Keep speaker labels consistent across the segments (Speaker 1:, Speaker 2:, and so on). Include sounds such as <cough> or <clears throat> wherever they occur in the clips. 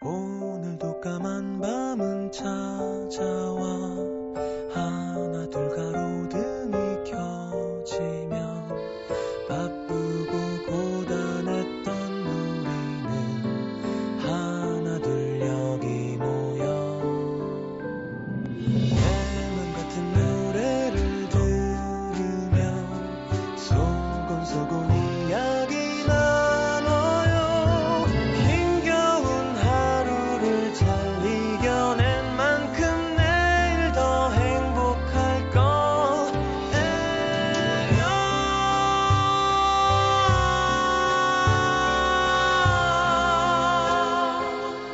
Speaker 1: 오늘도 까만 밤은 찾아와 하나 둘 가로등이 켜지면 바쁘고 고단했던 우리는 하나 둘 여기 모여 내 맘같은 노래를 들으며 소곤소곤 이야기 나눠요 힘겨운 하루를 잘 이겨낸 만큼 내일 더 행복할 거예요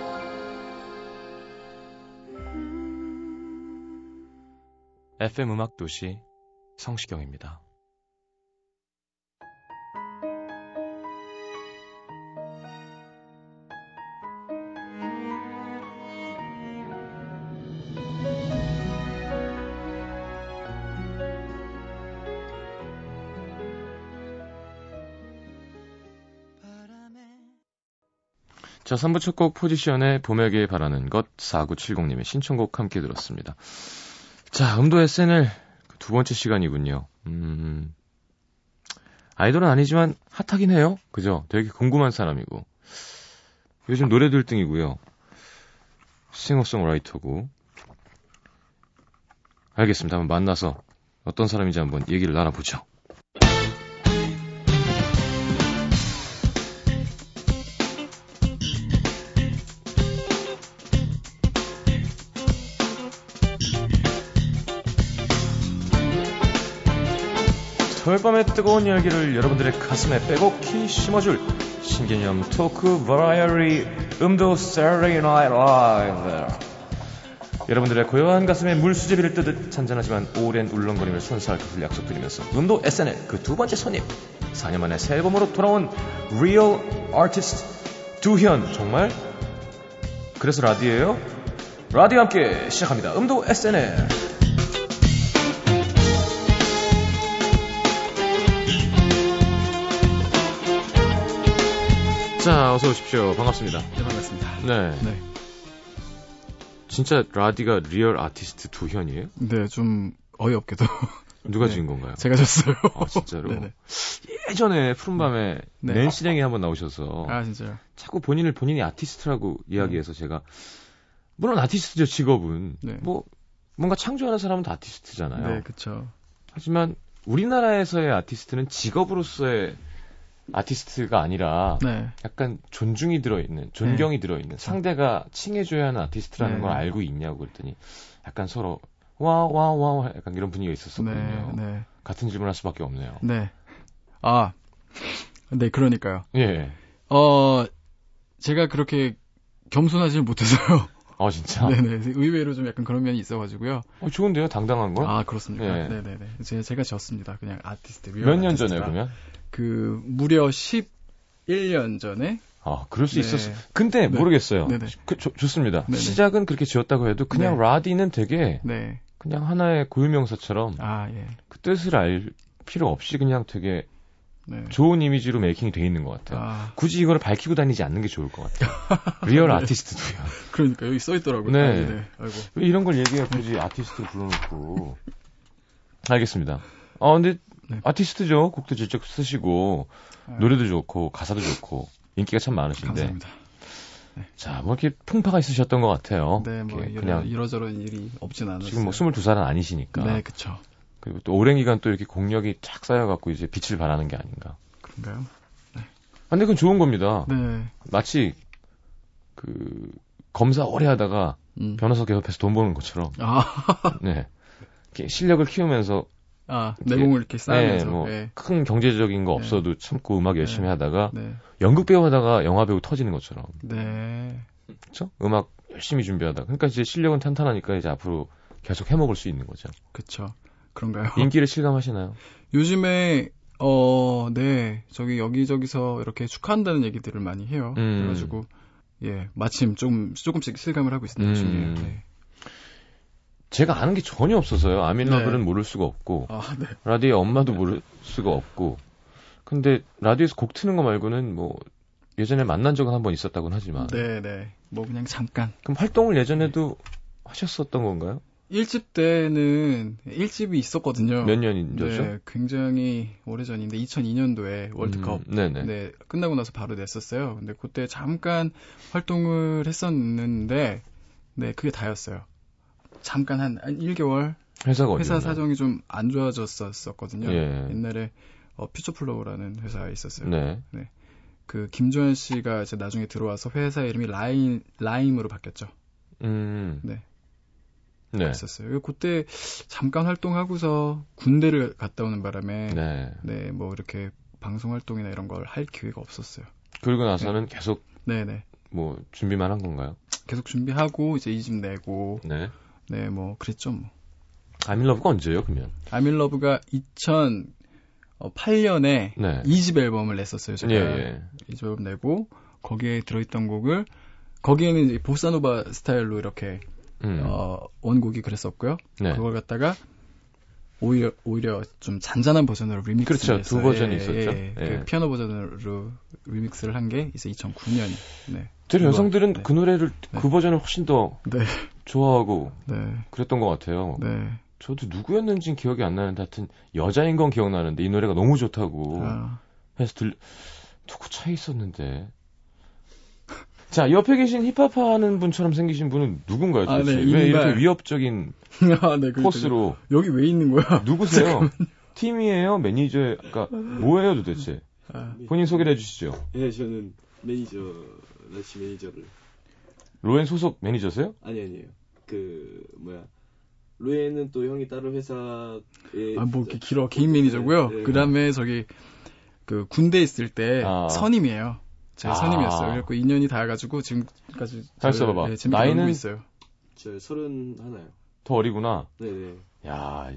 Speaker 2: FM 음악 도시 성시경입니다. 자, 3부 첫 곡 포지션의 봄에게 바라는 것 4970님의 신청곡 함께 들었습니다. 자, 음도 SNL 두 번째 시간이군요. 음, 아이돌은 아니지만 핫하긴 해요. 그죠? 되게 궁금한 사람이고. 요즘 노래도 1등이고요. 싱어송라이터고. 알겠습니다. 한번 만나서 어떤 사람인지 한번 얘기를 나눠보죠. 토요일 밤의 뜨거운 열기를 여러분들의 가슴에 빼곡히 심어줄 신개념 토크 버라이어리 음도 세리 나이 라이브 여러분들의 고요한 가슴에 물수제비를 뜨듯 잔잔하지만 오랜 울렁거림을 선사할 것을 약속드리면서 음도 SNL 그 두 번째 손님 4년 만에 새 앨범으로 돌아온 리얼 아티스트 두현 정말? 그래서 라디오예요? 라디오 함께 시작합니다 음도 SNL 자 어서 오십시오 반갑습니다
Speaker 3: 네, 반갑습니다.
Speaker 2: 네.
Speaker 3: 네.
Speaker 2: 진짜 라디가 리얼 아티스트 두현이에요?
Speaker 3: 네, 좀 어이없게도 <laughs>
Speaker 2: 누가
Speaker 3: 네.
Speaker 2: 지은 건가요?
Speaker 3: 제가 졌어요. <laughs>
Speaker 2: 아, 진짜로?
Speaker 3: 네네.
Speaker 2: 예전에 푸른밤에
Speaker 3: 네.
Speaker 2: 낸시 랭이 한번 나오셔서
Speaker 3: 아, 진짜요?
Speaker 2: 자꾸 본인을 본인이 아티스트라고 이야기해서 제가 물론 아티스트죠 직업은
Speaker 3: 네.
Speaker 2: 뭐 뭔가 창조하는 사람은 다 아티스트잖아요.
Speaker 3: 네, 그쵸.
Speaker 2: 하지만 우리나라에서의 아티스트는 직업으로서의 아티스트가 아니라
Speaker 3: 네.
Speaker 2: 약간 존중이 들어있는, 존경이 들어있는, 상대가 칭해줘야 하는 아티스트라는
Speaker 3: 네.
Speaker 2: 걸 알고 있냐고 그랬더니 약간 서로 와, 와, 와, 와 약간 이런 분위기가 있었었거든요.
Speaker 3: 네, 네.
Speaker 2: 같은 질문 할 수밖에 없네요.
Speaker 3: 네. 아, 네, 그러니까요.
Speaker 2: 예.
Speaker 3: 어, 제가 그렇게 겸손하지는 못해서요.
Speaker 2: 아, 진짜?
Speaker 3: <laughs> 네네. 의외로 좀 약간 그런 면이 있어가지고요.
Speaker 2: 어, 좋은데요? 당당한 건?
Speaker 3: 아, 그렇습니까?
Speaker 2: 예.
Speaker 3: 네. 네네 제가, 제가 졌습니다. 그냥 아티스트.
Speaker 2: 몇 년 전에요, 그러면?
Speaker 3: 그, 무려 11년 전에.
Speaker 2: 아, 그럴 수
Speaker 3: 네.
Speaker 2: 있었어. 근데
Speaker 3: 네.
Speaker 2: 모르겠어요.
Speaker 3: 네네.
Speaker 2: 그, 좋- 좋습니다.
Speaker 3: 네네.
Speaker 2: 시작은 그렇게 지었다고 해도 그냥
Speaker 3: 네.
Speaker 2: 라디는 되게
Speaker 3: 네.
Speaker 2: 그냥 하나의 고유명사처럼
Speaker 3: 아, 예.
Speaker 2: 그 뜻을 알 필요 없이 그냥 되게
Speaker 3: 네.
Speaker 2: 좋은 이미지로 메이킹이 돼 있는 것 같아요.
Speaker 3: 아,
Speaker 2: 굳이 이걸 밝히고 다니지 않는 게 좋을 것 <laughs> 같아요. 리얼 아티스트도요.
Speaker 3: 그러니까 여기 써있더라고요.
Speaker 2: 네.
Speaker 3: 아이고.
Speaker 2: 왜 이런 걸 얘기해 굳이 아티스트 불러놓고. 알겠습니다. 아 근데
Speaker 3: 네.
Speaker 2: 아티스트죠. 곡도 직접 쓰시고
Speaker 3: 아유,
Speaker 2: 노래도 좋고 가사도 좋고 인기가 참 많으신데.
Speaker 3: 감사합니다.
Speaker 2: 자, 뭐 이렇게 풍파가 있으셨던 것 같아요.
Speaker 3: 네, 뭐
Speaker 2: 이렇게
Speaker 3: 이러,
Speaker 2: 그냥
Speaker 3: 이러저런 일이 없진 않았어요.
Speaker 2: 지금 뭐 22살은 아니시니까.
Speaker 3: 네, 그쵸.
Speaker 2: 그리고 또 오랜 기간 또 이렇게 공력이 쫙 쌓여갖고 이제 빛을 발하는 게 아닌가.
Speaker 3: 그런가요?
Speaker 2: 아, 근데 그건 좋은 겁니다.
Speaker 3: 네.
Speaker 2: 마치 그 검사 오래 하다가
Speaker 3: 음.
Speaker 2: 변호사 개업해서 돈 버는 것처럼.
Speaker 3: 아,
Speaker 2: 네. 이렇게 실력을 키우면서
Speaker 3: 아,
Speaker 2: 이렇게-
Speaker 3: 내공을 이렇게 쌓으면서.
Speaker 2: 네, 뭐. 뭐
Speaker 3: 네.
Speaker 2: 큰 경제적인 거 없어도 참고 음악 열심히
Speaker 3: 네.
Speaker 2: 하다가
Speaker 3: 네.
Speaker 2: 연극 배우 하다가 영화 배우 터지는 것처럼.
Speaker 3: 네.
Speaker 2: 그렇죠? 음악 열심히 준비하다. 그러니까 이제 실력은 탄탄하니까 이제 앞으로 계속 해먹을 수 있는 거죠.
Speaker 3: 그쵸. 그런가요?
Speaker 2: 인기를 실감하시나요?
Speaker 3: 요즘에, 어, 네. 저기 여기저기서 이렇게 축하한다는 얘기들을 많이 해요.
Speaker 2: 음.
Speaker 3: 그래가지고, 예. 마침 조금, 조금씩 실감을 하고 있습니다.
Speaker 2: 음.
Speaker 3: 요즘에. 네.
Speaker 2: 제가 아는 게 전혀 없어서요. 아민러블은
Speaker 3: 네.
Speaker 2: 모를 수가 없고
Speaker 3: 아, 네.
Speaker 2: 라디오의 엄마도 모를 수가 없고 근데 라디오에서 곡 트는 거 말고는 뭐 예전에 만난 적은 한 번 있었다고는 하지만
Speaker 3: 네, 네. 뭐 그냥 잠깐.
Speaker 2: 그럼 활동을 예전에도 하셨었던 건가요?
Speaker 3: 1집 때는 1집이 있었거든요.
Speaker 2: 몇 년이죠?
Speaker 3: 네, 굉장히 오래전인데 2002년도에 월드컵
Speaker 2: 음, 네네.
Speaker 3: 네, 끝나고 나서 바로 냈었어요. 근데 그때 잠깐 활동을 했었는데 네, 그게 다였어요. 잠깐 한, 한 1개월
Speaker 2: 회사가 어디? 네.
Speaker 3: 회사 사정이 좀 안 좋아졌었거든요.
Speaker 2: 예.
Speaker 3: 옛날에 어, 퓨처플로우라는 회사에 있었어요.
Speaker 2: 네.
Speaker 3: 그 김조현 씨가 이제 나중에 들어와서 회사 이름이 라임 라임으로 바뀌었죠.
Speaker 2: 음.
Speaker 3: 네.
Speaker 2: 네.
Speaker 3: 있었어요. 그때 잠깐 활동하고서 군대를 갔다 오는 바람에 네.
Speaker 2: 네.
Speaker 3: 뭐 이렇게 방송 활동이나 이런 걸 할 기회가 없었어요.
Speaker 2: 그리고 나서는 계속
Speaker 3: 네, 네.
Speaker 2: 뭐 준비만 한 건가요?
Speaker 3: 계속 준비하고 이제 이집 내고
Speaker 2: 네.
Speaker 3: 네, 뭐 그랬죠, 뭐.
Speaker 2: 아밀러브가 언제예요, 그러면?
Speaker 3: 아밀러브가 2008년에
Speaker 2: 네.
Speaker 3: 이집 앨범을 냈었어요, 제가.
Speaker 2: 예, 예.
Speaker 3: 이집 앨범 내고 거기에 들어 있던 곡을 거기에는 이제 보사노바 스타일로 이렇게
Speaker 2: 음.
Speaker 3: 어, 원곡이 그랬었고요.
Speaker 2: 네.
Speaker 3: 그걸 갖다가 오히려 오히려 좀 잔잔한 버전으로 리믹스
Speaker 2: 그렇죠. 두 버전이 있었죠. 예.
Speaker 3: 그 피아노 버전으로 리믹스를 한 게 이제 2009년. 네.
Speaker 2: 되려
Speaker 3: 이거,
Speaker 2: 여성들은
Speaker 3: 네.
Speaker 2: 그 노래를
Speaker 3: 네.
Speaker 2: 그 버전을 훨씬 더
Speaker 3: 네.
Speaker 2: 좋아하고
Speaker 3: 네.
Speaker 2: 그랬던 것 같아요.
Speaker 3: 네.
Speaker 2: 저도 누구였는지는 기억이 안 나는데 하여튼 여자인 건 기억나는데 이 노래가 너무 좋다고
Speaker 3: 아, <laughs>
Speaker 2: 해서 들 듣고 차에 있었는데 자 옆에 계신 힙합 하는 분처럼 생기신 분은 누군가요
Speaker 3: 아,
Speaker 2: 도대체
Speaker 3: 네,
Speaker 2: 왜 이렇게
Speaker 3: 이민발.
Speaker 2: 위협적인
Speaker 3: 아, 네. 그러니까 <laughs>
Speaker 2: 포스로
Speaker 3: 여기 왜 있는 거야?
Speaker 2: 누구세요 팀이에요 매니저예요 그러니까 뭐예요 도대체
Speaker 3: 아,
Speaker 2: 본인 소개를 해주시죠
Speaker 4: 예, 저는 매니저, 러시 매니저를.
Speaker 2: 로엔 소속 매니저세요
Speaker 4: 아니, 아니에요. 그, 뭐야. 루에는 또 형이 다른 회사에.
Speaker 3: <laughs> 아, 뭐 이렇게 길어 개인 매니저고요.
Speaker 4: 네, 네.
Speaker 3: 그다음에 저기 그 군대 있을 때
Speaker 2: 아.
Speaker 3: 선임이에요. 제
Speaker 2: 아.
Speaker 3: 선임이었어요. 그래갖고 인연이 닿아가지고 지금까지
Speaker 2: 잘
Speaker 3: 저를-
Speaker 2: 써봐봐.
Speaker 3: 네, 재밌게
Speaker 2: 나이는-
Speaker 3: 나이는 있어요.
Speaker 4: 저 서른 하나요.
Speaker 2: 더 어리구나
Speaker 4: 네네.
Speaker 2: 야 이-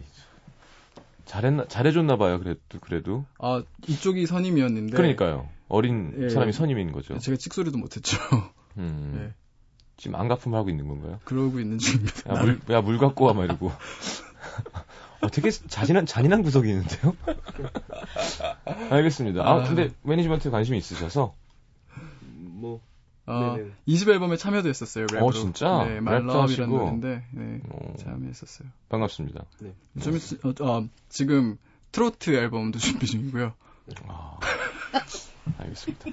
Speaker 2: 잘했나 잘해줬나 봐요 그래도 그래도
Speaker 3: 아 이쪽이 선임이었는데
Speaker 2: 그러니까요 어린
Speaker 3: 네. 예.
Speaker 2: 사람이 선임인 거죠
Speaker 3: 제가 찍소리도 못했죠.
Speaker 2: 음.
Speaker 3: 예.
Speaker 2: 지금 안가품 하고 있는 건가요?
Speaker 3: 그러고 있는
Speaker 2: 야,
Speaker 3: 중입니다.
Speaker 2: 물, 야, 물 갖고 와, 막 이러고. 어, 되게 잔인한, 잔인한 구석이 있는데요? 알겠습니다. 아, 근데 매니지먼트에 관심이 있으셔서.
Speaker 4: 뭐,
Speaker 3: 어,
Speaker 4: 네네.
Speaker 3: 이집 앨범에 참여도 했었어요. 랩으로.
Speaker 2: 어, 진짜?
Speaker 3: 네,
Speaker 2: 랩도
Speaker 3: 말러브라는
Speaker 2: 하시고.
Speaker 3: 노래인데 네,
Speaker 2: 어,
Speaker 3: 참여했었어요.
Speaker 2: 반갑습니다.
Speaker 3: 좀 있, 어, 어, 지금 트로트 앨범도 준비 중이고요.
Speaker 2: 아, 알겠습니다.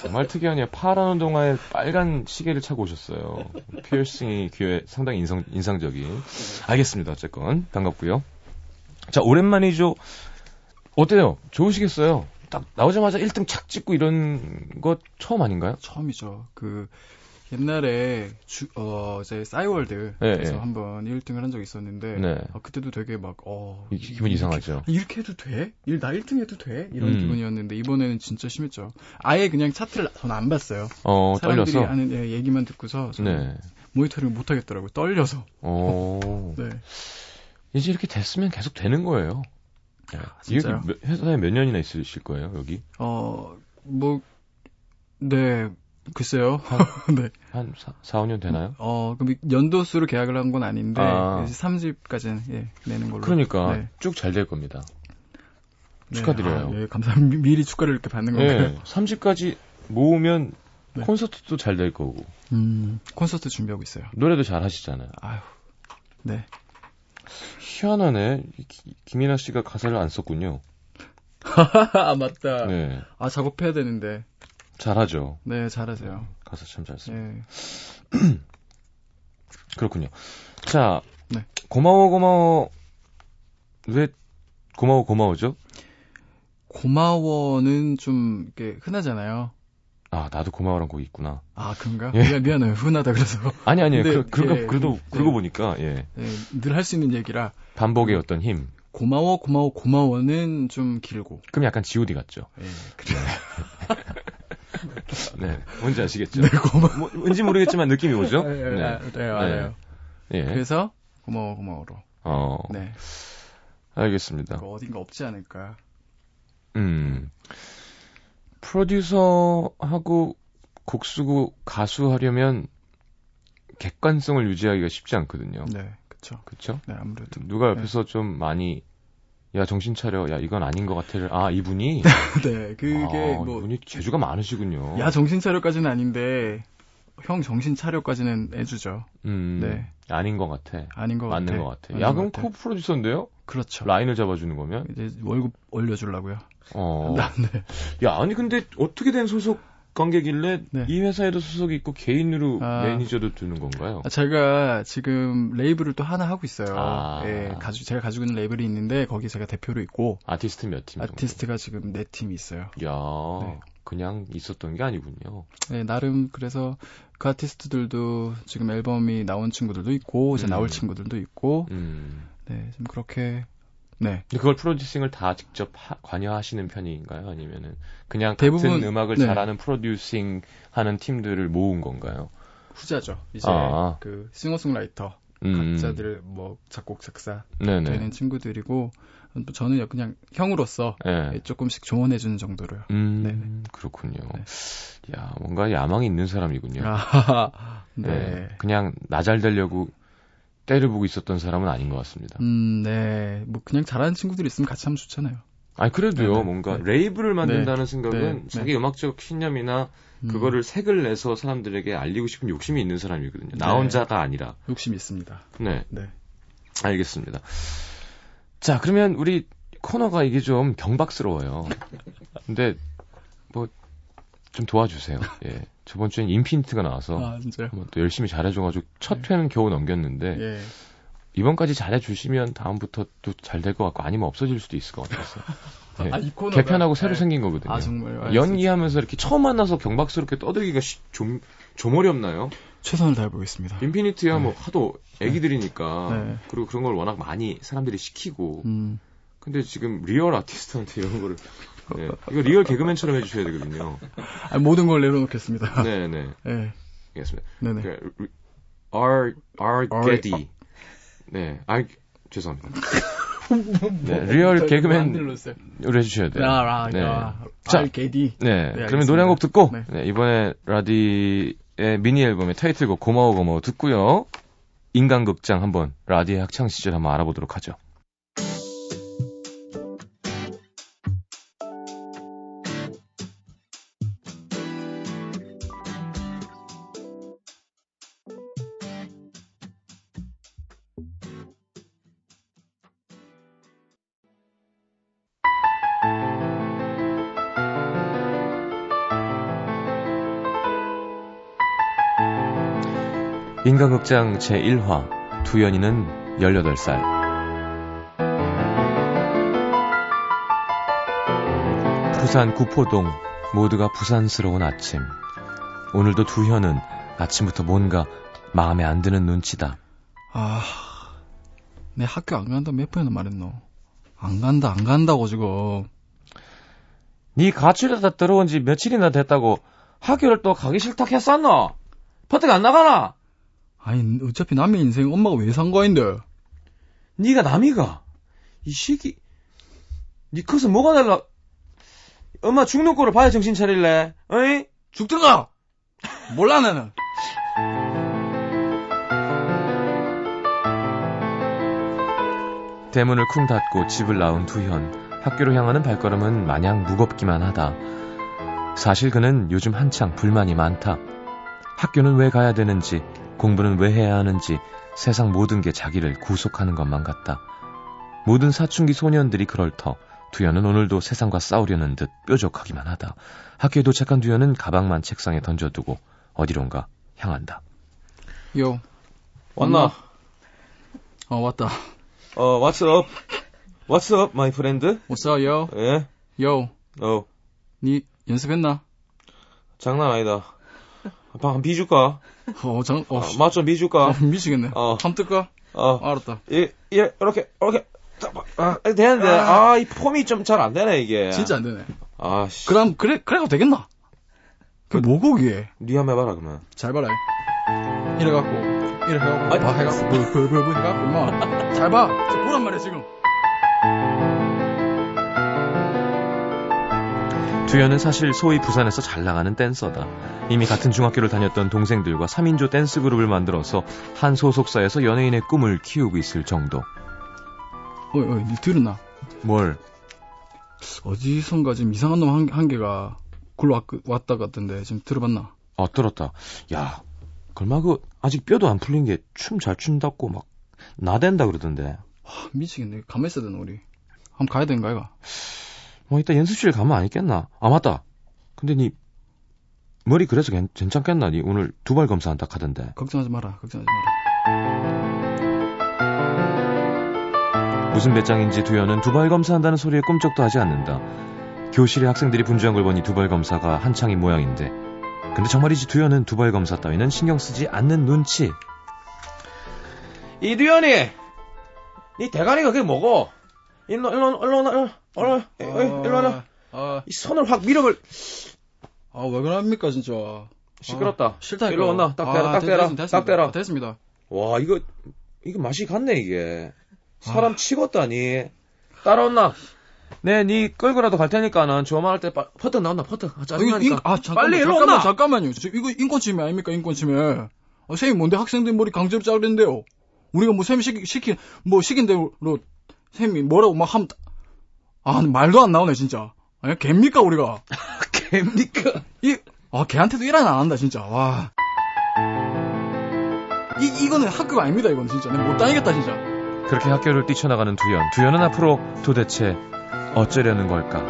Speaker 2: 정말 특이한 게 파라는 동화에 빨간 시계를 차고 오셨어요. 피어싱이 귀에 상당히 인상, 인상적인. 알겠습니다. 어쨌건 반갑고요. 자, 오랜만이죠. 어때요? 좋으시겠어요? 딱 나오자마자 1등 착 찍고 이런 것 처음 아닌가요?
Speaker 3: 처음이죠. 그 옛날에 주, 어, 이제 싸이월드에서
Speaker 2: 예, 예.
Speaker 3: 한번 1등을 한 적이 있었는데
Speaker 2: 네.
Speaker 3: 어, 그때도 되게 막 어,
Speaker 2: 이- 기분 이상하죠.
Speaker 3: 이렇게 해도 돼? 일- 나 1등 해도 돼? 이런
Speaker 2: 음.
Speaker 3: 기분이었는데 이번에는 진짜 심했죠. 아예 그냥 차트를 전 안 봤어요.
Speaker 2: 어,
Speaker 3: 사람들이
Speaker 2: 떨려서.
Speaker 3: 하는 예, 얘기만 듣고서 저는
Speaker 2: 네.
Speaker 3: 모니터링 못 하겠더라고요. 떨려서. <laughs>
Speaker 2: 어.
Speaker 3: 네.
Speaker 2: 이제 이렇게 됐으면 계속 되는 거예요. 네. 이게
Speaker 3: 아, 진짜요?
Speaker 2: 몇- 회사에 몇 년이나 있으실 거예요, 여기?
Speaker 3: 어, 뭐, 네, 글쎄요.
Speaker 2: 아.
Speaker 3: <laughs> 네.
Speaker 2: 한 4, 5년 되나요?
Speaker 3: 어, 그럼 연도 수로 계약을 한 건 아닌데,
Speaker 2: 아.
Speaker 3: 3집까지는, 예, 내는 걸로.
Speaker 2: 그러니까
Speaker 3: 네.
Speaker 2: 쭉 잘 될 겁니다.
Speaker 3: 네.
Speaker 2: 축하드려요.
Speaker 3: 아, 예, 감사합니다. 미- 미리 축하를 이렇게 받는 건가요?
Speaker 2: 예. <laughs> 30까지 모으면
Speaker 3: 네.
Speaker 2: 콘서트도 잘 될 거고
Speaker 3: 음, 콘서트 준비하고 있어요.
Speaker 2: 노래도 잘 하시잖아요.
Speaker 3: 아휴,
Speaker 2: <laughs>
Speaker 3: 네.
Speaker 2: 희한하네. 이 기- 김이나 씨가 가사를 안 썼군요.
Speaker 3: 아, 맞다.
Speaker 2: 네.
Speaker 3: 아, 작업해야 되는데.
Speaker 2: 잘하죠.
Speaker 3: 네, 잘하세요.
Speaker 2: 가사 참 잘 씁니다.
Speaker 3: 예.
Speaker 2: 그렇군요. 자,
Speaker 3: 네.
Speaker 2: 고마워 고마워 왜 고마워 고마워죠?
Speaker 3: 고마워는 좀, 이렇게, 흔하잖아요.
Speaker 2: 아 나도 고마워란 곡이 있구나.
Speaker 3: 아, 그런가?
Speaker 2: 예.
Speaker 3: 미안, 미안해요. 흔하다 그래서. <laughs>
Speaker 2: 아니 아니에요.
Speaker 3: 근데,
Speaker 2: 그, 그러고
Speaker 3: 예,
Speaker 2: 그래도
Speaker 3: 음,
Speaker 2: 그러고
Speaker 3: 예.
Speaker 2: 보니까 예
Speaker 3: 늘 할 수 있는 얘기라.
Speaker 2: 반복의 어떤 힘.
Speaker 3: 고마워, 고마워, 고마워는 좀 길고.
Speaker 2: 그럼 약간 G.O.D 같죠.
Speaker 3: 예,
Speaker 2: 네, 뭔지 아시겠죠?
Speaker 3: 네, 고마워.
Speaker 2: 뭐, 뭔지 모르겠지만 느낌이 오죠.
Speaker 3: 아, 예,
Speaker 2: 네,
Speaker 3: 아, 네, 알아요.
Speaker 2: 예.
Speaker 3: 그래서, 고마워, 고마워로.
Speaker 2: 어,
Speaker 3: 네.
Speaker 2: 알겠습니다.
Speaker 3: 이거 어딘가 없지 않을까.
Speaker 2: 음, 프로듀서하고 곡 쓰고 가수 하려면 객관성을 유지하기가 쉽지 않거든요.
Speaker 3: 네, 그쵸.
Speaker 2: 그렇죠?
Speaker 3: 네, 아무래도. <laughs>
Speaker 2: 누가 옆에서 좀 많이 야 정신 차려 야 이건 아닌 것 같아를 아 이분이
Speaker 3: 네, 그게
Speaker 2: 아,
Speaker 3: 뭐
Speaker 2: 이분이 재주가 많으시군요.
Speaker 3: 야 정신 차려까지는 아닌데 형 정신 차려까지는 해주죠.
Speaker 2: 음,
Speaker 3: 네.
Speaker 2: 아닌 것 같아.
Speaker 3: 아닌 것
Speaker 2: 맞는
Speaker 3: 같아.
Speaker 2: 것 같아.
Speaker 3: 맞는
Speaker 2: 야
Speaker 3: 것
Speaker 2: 그럼
Speaker 3: 같아.
Speaker 2: 코 프로듀서인데요?
Speaker 3: 그렇죠.
Speaker 2: 라인을 잡아주는 거면
Speaker 3: 이제 월급 올려주려고요. <laughs>
Speaker 2: 어.
Speaker 3: 네.
Speaker 2: 야 아니 근데 어떻게 된 소속 관계길래
Speaker 3: 네.
Speaker 2: 이 회사에도 소속이 있고 개인으로
Speaker 3: 아.
Speaker 2: 매니저도 되는 건가요?
Speaker 3: 아, 제가 지금 레이블을 또 하나 하고 있어요.
Speaker 2: 아.
Speaker 3: 예, 가지- 제가 가지고 있는 레이블이 있는데 거기 제가 대표로 있고
Speaker 2: 아티스트 몇 팀 정도?
Speaker 3: 아티스트가 지금 네 팀이 있어요.
Speaker 2: 야
Speaker 3: 네.
Speaker 2: 그냥 있었던 게 아니군요.
Speaker 3: 네, 나름 그래서 그 아티스트들도 지금 앨범이 나온 친구들도 있고 이제
Speaker 2: 음.
Speaker 3: 나올 친구들도 있고
Speaker 2: 음.
Speaker 3: 네, 좀 그렇게 네.
Speaker 2: 근데 그걸 프로듀싱을 다 직접 하- 관여하시는 편인가요? 아니면은 그냥
Speaker 3: 대부분-
Speaker 2: 같은 음악을
Speaker 3: 네.
Speaker 2: 잘하는 프로듀싱 하는 팀들을 모은 건가요?
Speaker 3: 후자죠. 이제
Speaker 2: 아.
Speaker 3: 그 싱어송라이터
Speaker 2: 음.
Speaker 3: 각자들 뭐 작곡 작사
Speaker 2: 네네.
Speaker 3: 되는 친구들이고 저는 그냥 형으로서
Speaker 2: 예.
Speaker 3: 조금씩 조언해 주는 정도로요.
Speaker 2: 음,
Speaker 3: 네네.
Speaker 2: 그렇군요.
Speaker 3: 네.
Speaker 2: 야, 뭔가 야망이 있는 사람이군요.
Speaker 3: 아, <laughs> 네.
Speaker 2: 예, 그냥 나 잘 되려고 때를 보고 있었던 사람은 아닌 것 같습니다.
Speaker 3: 음, 네. 뭐 그냥 잘하는 친구들 있으면 같이 하면 좋잖아요.
Speaker 2: 아니, 그래도요,
Speaker 3: 네네.
Speaker 2: 뭔가
Speaker 3: 네.
Speaker 2: 레이블을 만든다는 생각은
Speaker 3: 네.
Speaker 2: 자기 음악적 신념이나
Speaker 3: 음,
Speaker 2: 그거를 색을 내서 사람들에게 알리고 싶은 욕심이 있는 사람이거든요. 나
Speaker 3: 네.
Speaker 2: 혼자가 아니라.
Speaker 3: 욕심이 있습니다.
Speaker 2: 네,
Speaker 3: 네.
Speaker 2: 알겠습니다. 자, 그러면 우리 코너가 이게 좀 경박스러워요. 근데 뭐 좀 도와주세요. 예. 저번 주엔 인피니트가 나와서
Speaker 3: 아, 진짜요?
Speaker 2: 한번 또 열심히 잘해줘가지고 첫 회는 겨우 넘겼는데
Speaker 3: 예.
Speaker 2: 이번까지 잘해주시면 다음부터 또 잘 될 것 같고 아니면 없어질 수도 있을 것 같아서 네.
Speaker 3: 아, 이 코너가-
Speaker 2: 개편하고 새로
Speaker 3: 네.
Speaker 2: 생긴 거거든요.
Speaker 3: 아, 정말요? 아,
Speaker 2: 연기하면서 이렇게 처음 만나서 경박스럽게 떠들기가 쉬- 좀 조머렵나요?
Speaker 3: 최선을 다해 보겠습니다.
Speaker 2: 인피니트야 뭐 하도 애기들이니까
Speaker 3: 네.
Speaker 2: 그리고 그런 걸 워낙 많이 사람들이 시키고
Speaker 3: 음.
Speaker 2: 근데 지금 리얼 아티스트한테 이런 거를 네. 이거 리얼 개그맨처럼 해주셔야 되거든요.
Speaker 3: 아, 모든 걸 내려놓겠습니다. 네.
Speaker 2: 네네
Speaker 3: <laughs> 예.
Speaker 2: 알겠습니다.
Speaker 3: 네네.
Speaker 2: 그, R R
Speaker 3: R-
Speaker 2: 게디 네, 아
Speaker 3: <laughs>
Speaker 2: 죄송합니다. 네, 리얼 개그맨으로
Speaker 3: 뭐, 만들었어요.
Speaker 2: 해주셔야 돼요.
Speaker 3: 라, 라,
Speaker 2: 네.
Speaker 3: 라.
Speaker 2: 자.
Speaker 3: 알
Speaker 2: 네,
Speaker 3: 개디.
Speaker 2: 그러면
Speaker 3: 알겠습니다.
Speaker 2: 노래 한 곡 듣고
Speaker 3: 네.
Speaker 2: 네, 이번에 라디의 미니 앨범의 타이틀곡 고마워 고마워 듣고요. 인간극장 한번 라디의 학창 시절 한번 알아보도록 하죠. 인간극장 제1화 두연이는 18살 부산 구포동 모두가 부산스러운 아침 오늘도 두현은 아침부터 뭔가 마음에 안 드는 눈치다
Speaker 3: 아. 내 학교 안 간다 몇 번이나 말했노. 안 간다, 안 간다고 지금.
Speaker 2: 네 가출에다 들어온 지 며칠이나 됐다고 학교를 또 가기 싫다 했었노? 버뜩 안 나가나?
Speaker 3: 아니, 어차피 남의 인생 엄마가 왜 산 거인데.
Speaker 2: 네가 남이가 이 시기 네 커서 뭐가 달라 엄마 죽는 꼴을 봐야 정신 차릴래 어이
Speaker 3: 죽든가! 몰라, 나는.
Speaker 2: 대문을 쿵 닫고 집을 나온 두현 학교로 향하는 발걸음은 마냥 무겁기만 하다 사실 그는 요즘 한창 불만이 많다 학교는 왜 가야 되는지 공부는 왜 해야 하는지 세상 모든 게 자기를 구속하는 것만 같다 모든 사춘기 소년들이 그럴 터 두현은 오늘도 세상과 싸우려는 듯 뾰족하기만 하다 학교에 도착한 두현은 가방만 책상에 던져두고 어디론가 향한다
Speaker 3: 요.
Speaker 2: 왔나?
Speaker 3: 어, 왔다.
Speaker 2: 어, what's up? What's up, my friend?
Speaker 3: 왔어, 요.
Speaker 2: 예?
Speaker 3: 요.
Speaker 2: 어,
Speaker 3: 니 연습했나?
Speaker 2: 장난 아니다. 방 비줄까?
Speaker 3: 어, 장, 어,
Speaker 2: 아,
Speaker 3: 씨.
Speaker 2: 맛 좀
Speaker 3: 어,
Speaker 2: 비줄까?
Speaker 3: 미치겠네.
Speaker 2: 어.
Speaker 3: 함 뜰까?
Speaker 2: 어,
Speaker 3: 알았다.
Speaker 2: 예, 예, 이렇게, 이렇게. 딱, 아, 되는데, 아, 이 폼이 좀 잘 안 되네, 이게.
Speaker 3: 진짜 안 되네.
Speaker 2: 아, 씨.
Speaker 3: 그럼, 그래, 그래가 되겠나? 그 뭐고, 그게?
Speaker 2: 니 한번 해봐라, 그러면.
Speaker 3: 잘 봐라. 이래갖고, 이래갖고,
Speaker 2: 아니,
Speaker 3: 봐, 해갖고, 뭐, 뭐, 뭐, 뭐, 해갖고,
Speaker 2: <laughs>
Speaker 3: 임마. 잘 봐. 지금 보란 말이야, 지금.
Speaker 2: 두현은 사실 소위 부산에서 잘 나가는 댄서다. 이미 같은 중학교를 다녔던 동생들과 3인조 댄스 그룹을 만들어서 한 소속사에서 연예인의 꿈을 키우고 있을 정도.
Speaker 3: 어이, 어이, 니 들었나?
Speaker 2: 뭘?
Speaker 3: 어디선가 지금 이상한 놈 한 개가 골로 왔다 갔던데 지금 들어봤나?
Speaker 2: 아, 들었다. 야, 걸마 그 아직 뼈도 안 풀린 게 춤 잘 춘다고 막 나댄다 그러던데.
Speaker 3: 아, 미치겠네. 가만 있어야 되나 우리. 한번 가야 되는 거야 이거.
Speaker 2: 뭐 이따 연습실 가면 안 있겠나? 아 맞다. 근데 니 머리 그래서 괜, 괜찮겠나? 니 오늘 두발 검사한다 하던데.
Speaker 3: 걱정하지 마라. 걱정하지 마라.
Speaker 2: 무슨 배짱인지 두현은 두발 검사한다는 소리에 꿈쩍도 하지 않는다. 교실에 학생들이 분주한 걸 보니 두발 검사가 한창인 모양인데. 근데 정말이지 두현은 두발 검사 따위는 신경 쓰지 않는 눈치.
Speaker 1: 이두현이, 네 대가리가 그게 뭐고? 일로, 일로, 일로, 일로, 일로,
Speaker 2: 어,
Speaker 1: 일로, 일로, 일로,
Speaker 3: 아,
Speaker 1: 이 손을 확 밀어볼.
Speaker 3: 아, 왜 그럽니까 진짜. 아,
Speaker 2: 시끄럽다.
Speaker 3: 싫다 이거.
Speaker 2: 일로 온나. 딱 대라,
Speaker 3: 아,
Speaker 2: 딱
Speaker 3: 됐-
Speaker 2: 대라,
Speaker 3: 됐습니다,
Speaker 2: 딱 대라.
Speaker 3: 됐습니다. 됐습니다. 아,
Speaker 2: 와 이거 이거 맛이 갔네 이게. 사람 치겄다니. 따라온나. 네, 니 끌고라도 갈 테니까는 조만할 때 빠- 퍼뜩 나온다 퍼뜩. 아,
Speaker 3: 이거 인,
Speaker 2: 짜증나니까.
Speaker 3: 아, 잠깐만,
Speaker 2: 빨리 일로
Speaker 3: 잠깐만,
Speaker 2: 온나.
Speaker 3: 잠깐만요. 저- 이거 인권침해 아닙니까, 인권침해. 아, 선생님, 뭔데 학생들 머리 강제로 자르는데요? 우리가 뭐 쌤이 시키, 시키, 뭐 시킨 대로, 쌤이 뭐라고 막 하면, 다- 아, 말도 안 나오네, 진짜. 아니, 갭니까, 우리가?
Speaker 2: 아, 갭니까?
Speaker 3: 이, 아, 걔한테도 일안 안 한다, 진짜. 와. 이, 이거는 학교가 아닙니다, 이건 진짜. 내가 못 다니겠다, 진짜.
Speaker 2: 그렇게 학교를 뛰쳐나가는 두현. 두현은 앞으로 도대체 어쩌려는 걸까?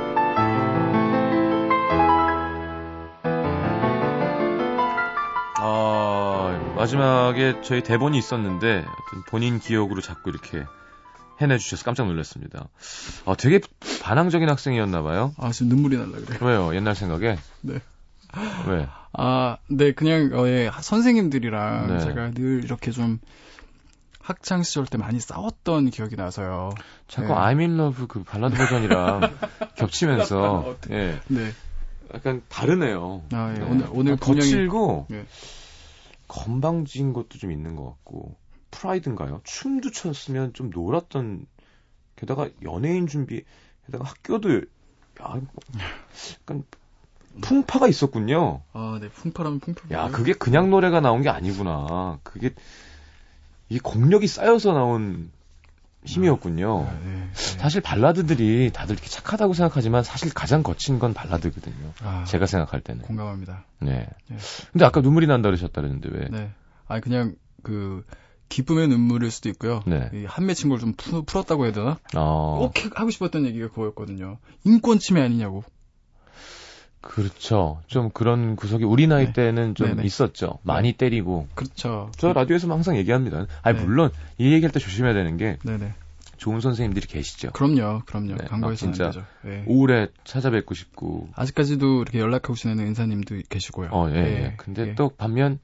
Speaker 2: 아, 마지막에 저희 대본이 있었는데 어떤 본인 기억으로 자꾸 이렇게 해내주셔서 깜짝 놀랐습니다. 아, 되게 반항적인 학생이었나 봐요.
Speaker 3: 아, 지금 눈물이 날라 그래.
Speaker 2: 왜요? 옛날 생각에?
Speaker 3: 네.
Speaker 2: 왜?
Speaker 3: 아, 네, 그냥, 어, 예, 선생님들이랑
Speaker 2: 네.
Speaker 3: 제가 늘 이렇게 좀 학창시절 때 많이 싸웠던 기억이 나서요.
Speaker 2: 자꾸
Speaker 3: 네.
Speaker 2: I'm in love 그 발라드 버전이랑 겹치면서 예,
Speaker 3: 네.
Speaker 2: 약간 다르네요.
Speaker 3: 아, 예.
Speaker 2: 네.
Speaker 3: 오늘, 오늘
Speaker 2: 아,
Speaker 3: 분명히.
Speaker 2: 거칠고
Speaker 3: 예.
Speaker 2: 건방진 것도 좀 있는 것 같고 프라이드인가요? 춤도 췄으면 좀 놀았던 게다가 연예인 준비 게다가 학교도 야, 약간 풍파가 있었군요.
Speaker 3: 아, 네, 풍파라면 풍파.
Speaker 2: 야 그게 그냥 노래가 나온 게 아니구나. 그게 이 공력이 쌓여서 나온 힘이었군요.
Speaker 3: 네.
Speaker 2: 사실 발라드들이 다들 이렇게 착하다고 생각하지만 사실 가장 거친 건 발라드거든요.
Speaker 3: 아,
Speaker 2: 제가 생각할 때는.
Speaker 3: 공감합니다.
Speaker 2: 네.
Speaker 3: 네.
Speaker 2: 근데 아까 눈물이 난다 그러셨다 그랬는데 왜?
Speaker 3: 네. 아, 그냥 그, 기쁨의 눈물일 수도 있고요.
Speaker 2: 네.
Speaker 3: 이 한맺힌 걸 좀 풀었다고 해야 되나?
Speaker 2: 어,
Speaker 3: 꼭 해- 하고 싶었던 얘기가 그거였거든요. 인권 침해 아니냐고.
Speaker 2: 그렇죠. 좀 그런 구석이 우리 나이
Speaker 3: 네.
Speaker 2: 때는 좀
Speaker 3: 네네.
Speaker 2: 있었죠. 많이 때리고.
Speaker 3: 그렇죠.
Speaker 2: 저 라디오에서만 항상 얘기합니다. 아니,
Speaker 3: 네.
Speaker 2: 물론 이 얘기할 때 조심해야 되는 게
Speaker 3: 네네.
Speaker 2: 좋은 선생님들이 계시죠.
Speaker 3: 그럼요, 그럼요.
Speaker 2: 네,
Speaker 3: 광고에서는
Speaker 2: 아, 진짜.
Speaker 3: 안 되죠. 예.
Speaker 2: 오래 찾아뵙고 싶고.
Speaker 3: 아직까지도 이렇게 연락하고 지내는 은사님도 계시고요.
Speaker 2: 어, 예, 예. 근데
Speaker 3: 예.
Speaker 2: 또 반면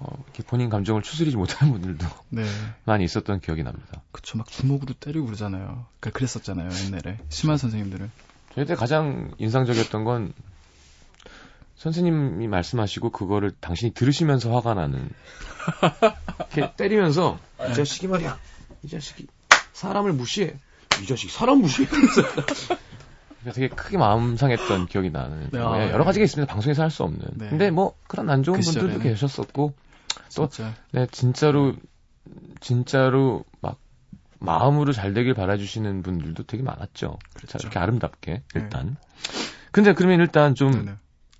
Speaker 2: 어, 이렇게 본인 감정을 추스리지 못하는 분들도 <laughs>
Speaker 3: 네,
Speaker 2: 많이 있었던 기억이 납니다.
Speaker 3: 그쵸. 막 주먹으로 때리고 그러잖아요. 그러니까 그랬었잖아요 옛날에 심한 선생님들은.
Speaker 2: 저희 때 가장 인상적이었던 건 선생님이 말씀하시고 그거를 당신이 들으시면서 화가 나는 이렇게 때리면서 아, 이 자식이 말이야 이 자식이 사람을 무시해 이 자식이 사람 무시해 그러니까 되게 크게 마음 상했던 기억이 나는
Speaker 3: 네, 아,
Speaker 2: 예,
Speaker 3: 네.
Speaker 2: 여러 가지가 있습니다 방송에서 할 수 없는
Speaker 3: 네.
Speaker 2: 근데 뭐 그런 안 좋은
Speaker 3: 그
Speaker 2: 분들도
Speaker 3: 시절에는.
Speaker 2: 계셨었고 또-
Speaker 3: 진짜.
Speaker 2: 네 진짜로 진짜로 막 마음으로 잘 되길 바라주시는 분들도 되게 많았죠 자,
Speaker 3: 그렇죠.
Speaker 2: 이렇게 아름답게 일단. 근데 그러면 일단 좀
Speaker 3: 네네.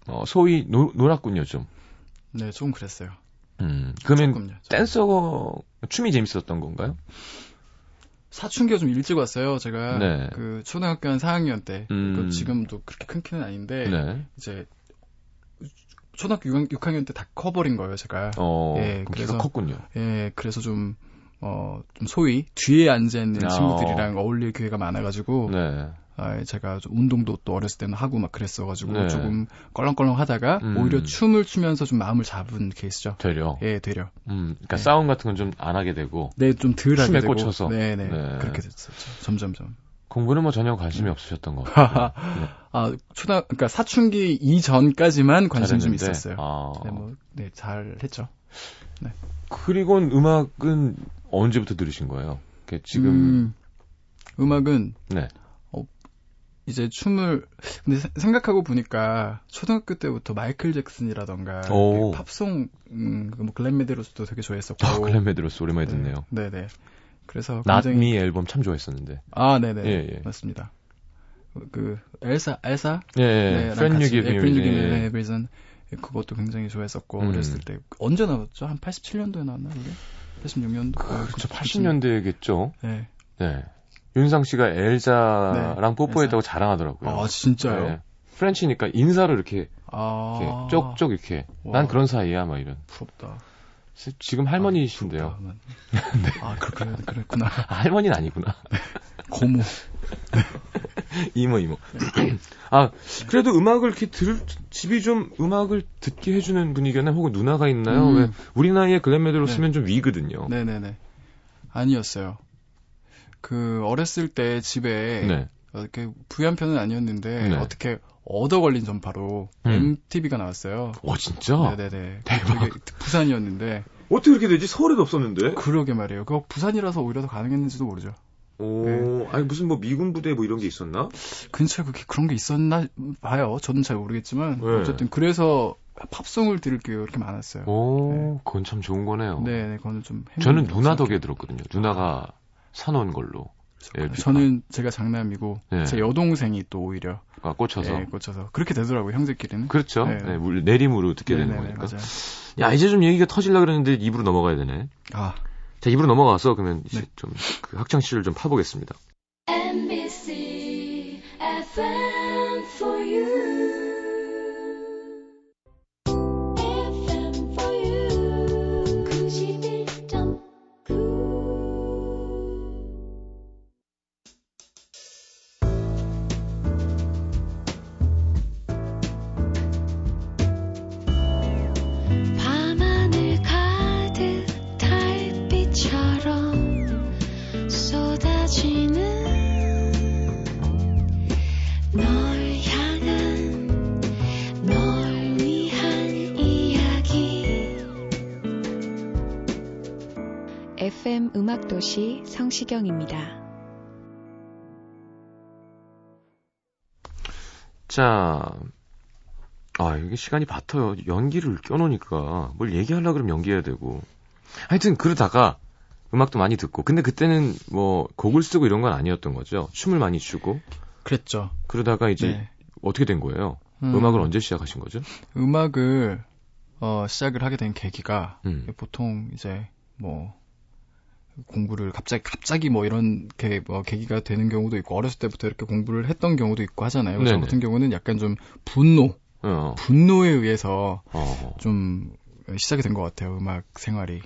Speaker 2: 어, 소위 노, 놀았군요 좀.
Speaker 3: 네, 조금 그랬어요.
Speaker 2: 음, 그러면
Speaker 3: 조금요. 조금.
Speaker 2: 댄서 춤이 재밌었던 건가요?
Speaker 3: 사춘기가 좀 일찍 왔어요. 제가
Speaker 2: 네.
Speaker 3: 그 초등학교 한 4학년 때.
Speaker 2: 음.
Speaker 3: 그 지금도 그렇게 큰 키는 아닌데
Speaker 2: 네.
Speaker 3: 이제 초등학교 6학, 학년 때 다 커버린 거예요. 제가.
Speaker 2: 어, 그럼
Speaker 3: 예,
Speaker 2: 키가
Speaker 3: 그래서-
Speaker 2: 컸군요.
Speaker 3: 예, 그래서 좀. 어, 좀 소위 뒤에 앉아있는
Speaker 2: 아,
Speaker 3: 친구들이랑 어울릴 기회가 많아가지고,
Speaker 2: 네.
Speaker 3: 아, 제가 좀 운동도 또 어렸을 때는 하고 막 그랬어가지고
Speaker 2: 네.
Speaker 3: 조금 껄렁껄렁 하다가
Speaker 2: 음.
Speaker 3: 오히려 춤을 추면서 좀 마음을 잡은 케이스죠.
Speaker 2: 되려.
Speaker 3: 예, 되려.
Speaker 2: 음, 그러니까
Speaker 3: 네.
Speaker 2: 싸움 같은 건 좀 안 하게 되고
Speaker 3: 네, 좀 덜하게
Speaker 2: 춤에
Speaker 3: 되고.
Speaker 2: 꽂혀서.
Speaker 3: 네, 네,
Speaker 2: 네.
Speaker 3: 그렇게 됐었죠. 점점점.
Speaker 2: 공부는 뭐 전혀 관심이
Speaker 3: 음.
Speaker 2: 없으셨던 것 같아요.
Speaker 3: 아, 초등, 그러니까 사춘기 이전까지만 관심 좀
Speaker 2: 잘했는데,
Speaker 3: 있었어요.
Speaker 2: 아,
Speaker 3: 네, 뭐, 네, 잘 했죠.
Speaker 2: 그리고 음악은 언제부터 들으신 거예요? 이렇게 지금
Speaker 3: 음, 악은
Speaker 2: 네.
Speaker 3: 이제 춤을 근데 세- 생각하고 보니까 초등학교 때부터 마이클 잭슨이라던가
Speaker 2: 오.
Speaker 3: 그 팝송 음, 그뭐 글렌 메데로스도 그뭐 되게 좋아했었고
Speaker 2: 아, 글램메드로스 오랜만에 듣네요.
Speaker 3: 네네. 그래서
Speaker 2: 낫미
Speaker 3: 굉장히
Speaker 2: 앨범 참 좋아했었는데.
Speaker 3: 아, 네네.
Speaker 2: 예, 예.
Speaker 3: 맞습니다. 그, 엘사, 엘사? 네,
Speaker 2: 예, 예. Friend You Give Me Reason. 예.
Speaker 3: 프렌유기미 리즌. 그것도 굉장히 좋아했었고,
Speaker 2: 음.
Speaker 3: 그랬을 때, 언제 나왔죠? 한 87년도에 나왔나, 그게? 86년도?
Speaker 2: 그렇죠. 80년대겠죠.
Speaker 3: 네.
Speaker 2: 네. 윤상 씨가 네, 엘자랑 뽀뽀했다고 자랑하더라고요.
Speaker 3: 아, 진짜요?
Speaker 2: 네. 프렌치니까 인사로 이렇게, 이렇게
Speaker 3: 아.
Speaker 2: 쪽쪽 이렇게
Speaker 3: 와.
Speaker 2: 난 그런 사이야 막 이런.
Speaker 3: 부럽다.
Speaker 2: 시- 지금 할머니이신데요. 네. <laughs>
Speaker 3: 부럽다. 아, 그렇게, 그랬구나.
Speaker 2: 아, 할머니는 아니구나.
Speaker 3: 고모.
Speaker 2: <laughs> 이모 이모. <clears throat> 아 그래도 음악을 이렇게 들을 집이 좀 음악을 듣게 해주는 분위기나 혹은 누나가 있나요?
Speaker 3: 음.
Speaker 2: 왜 우리 나이에 글램 메들로
Speaker 3: 네.
Speaker 2: 쓰면 좀 위거든요.
Speaker 3: 네네네. 아니었어요. 그, 어렸을 때 집에,
Speaker 2: 네.
Speaker 3: 이렇게 부유한 편은 아니었는데,
Speaker 2: 네.
Speaker 3: 어떻게 얻어 걸린 전파로
Speaker 2: 음.
Speaker 3: MTV가 나왔어요.
Speaker 2: 와 진짜.
Speaker 3: 네네네.
Speaker 2: 대박.
Speaker 3: 그게 부산이었는데
Speaker 1: 어떻게 그렇게 되지? 서울에도 없었는데?
Speaker 3: 그러게 말이에요. 그거 부산이라서 오히려 더 가능했는지도 모르죠.
Speaker 1: 오,
Speaker 3: 네.
Speaker 1: 아니 무슨 뭐 미군 부대 뭐 이런 게 있었나?
Speaker 3: 근처에 그렇게 그런 게 있었나 봐요. 저는 잘 모르겠지만
Speaker 1: 네.
Speaker 3: 어쨌든 그래서 팝송을 들을 게 이렇게 많았어요.
Speaker 2: 오 그건 참 좋은 거네요.
Speaker 3: 네, 그렇죠. 네, 그거는 좀 헤매는
Speaker 2: 저는
Speaker 3: 게
Speaker 2: 누나
Speaker 3: 없어요.
Speaker 2: 덕에 들었거든요. 누나가 사놓은 걸로. LP 가.
Speaker 3: 아, 저는 제가 장남이고
Speaker 2: 네.
Speaker 3: 제 여동생이 또 오히려
Speaker 2: 가 꽂혀서.
Speaker 3: 예, 꽂혀서 그렇게 되더라고요 형제끼리는.
Speaker 2: 그렇죠.
Speaker 3: 네.
Speaker 2: 네, 물- 내림으로 듣게 되는
Speaker 3: 네네네,
Speaker 2: 거니까.
Speaker 3: 맞아요.
Speaker 2: 야, 이제 좀 얘기가 터질라 그랬는데 입으로 넘어가야 되네.
Speaker 3: 아,
Speaker 2: 자, 입으로 넘어가서 그러면 이제
Speaker 3: 네.
Speaker 2: 좀그 학창 시절 좀 파보겠습니다.
Speaker 5: NBC FM for you. FM for you. 91.9. 밤하늘 가득 달빛처럼 쏟아지는 널 향한 널 위한 이야기
Speaker 6: FM 음악도시 성시경입니다.
Speaker 2: 자, 아, 이게 시간이 바터요. 연기를 껴놓으니까 뭘 얘기하려고 그러면 연기해야 되고. 하여튼 그러다가 음악도 많이 듣고. 근데 그때는 뭐 곡을 쓰고 이런 건 아니었던 거죠. 춤을 많이 추고.
Speaker 3: 그랬죠.
Speaker 2: 그러다가 이제
Speaker 3: 네.
Speaker 2: 어떻게 된 거예요?
Speaker 3: 음,
Speaker 2: 음악을 언제 시작하신 거죠?
Speaker 3: 음악을 어, 시작을 하게 된 계기가
Speaker 2: 음.
Speaker 3: 보통 이제 뭐 공부를 갑자기 갑자기 뭐 이런 게 뭐 계기가 되는 경우도 있고 어렸을 때부터 이렇게 공부를 했던 경우도 있고 하잖아요. 그래서 저
Speaker 2: 네네.
Speaker 3: 같은 경우는 약간 좀 분노,
Speaker 2: 어.
Speaker 3: 분노에 의해서
Speaker 2: 어.
Speaker 3: 좀 시작이 된 것 같아요. 음악 생활이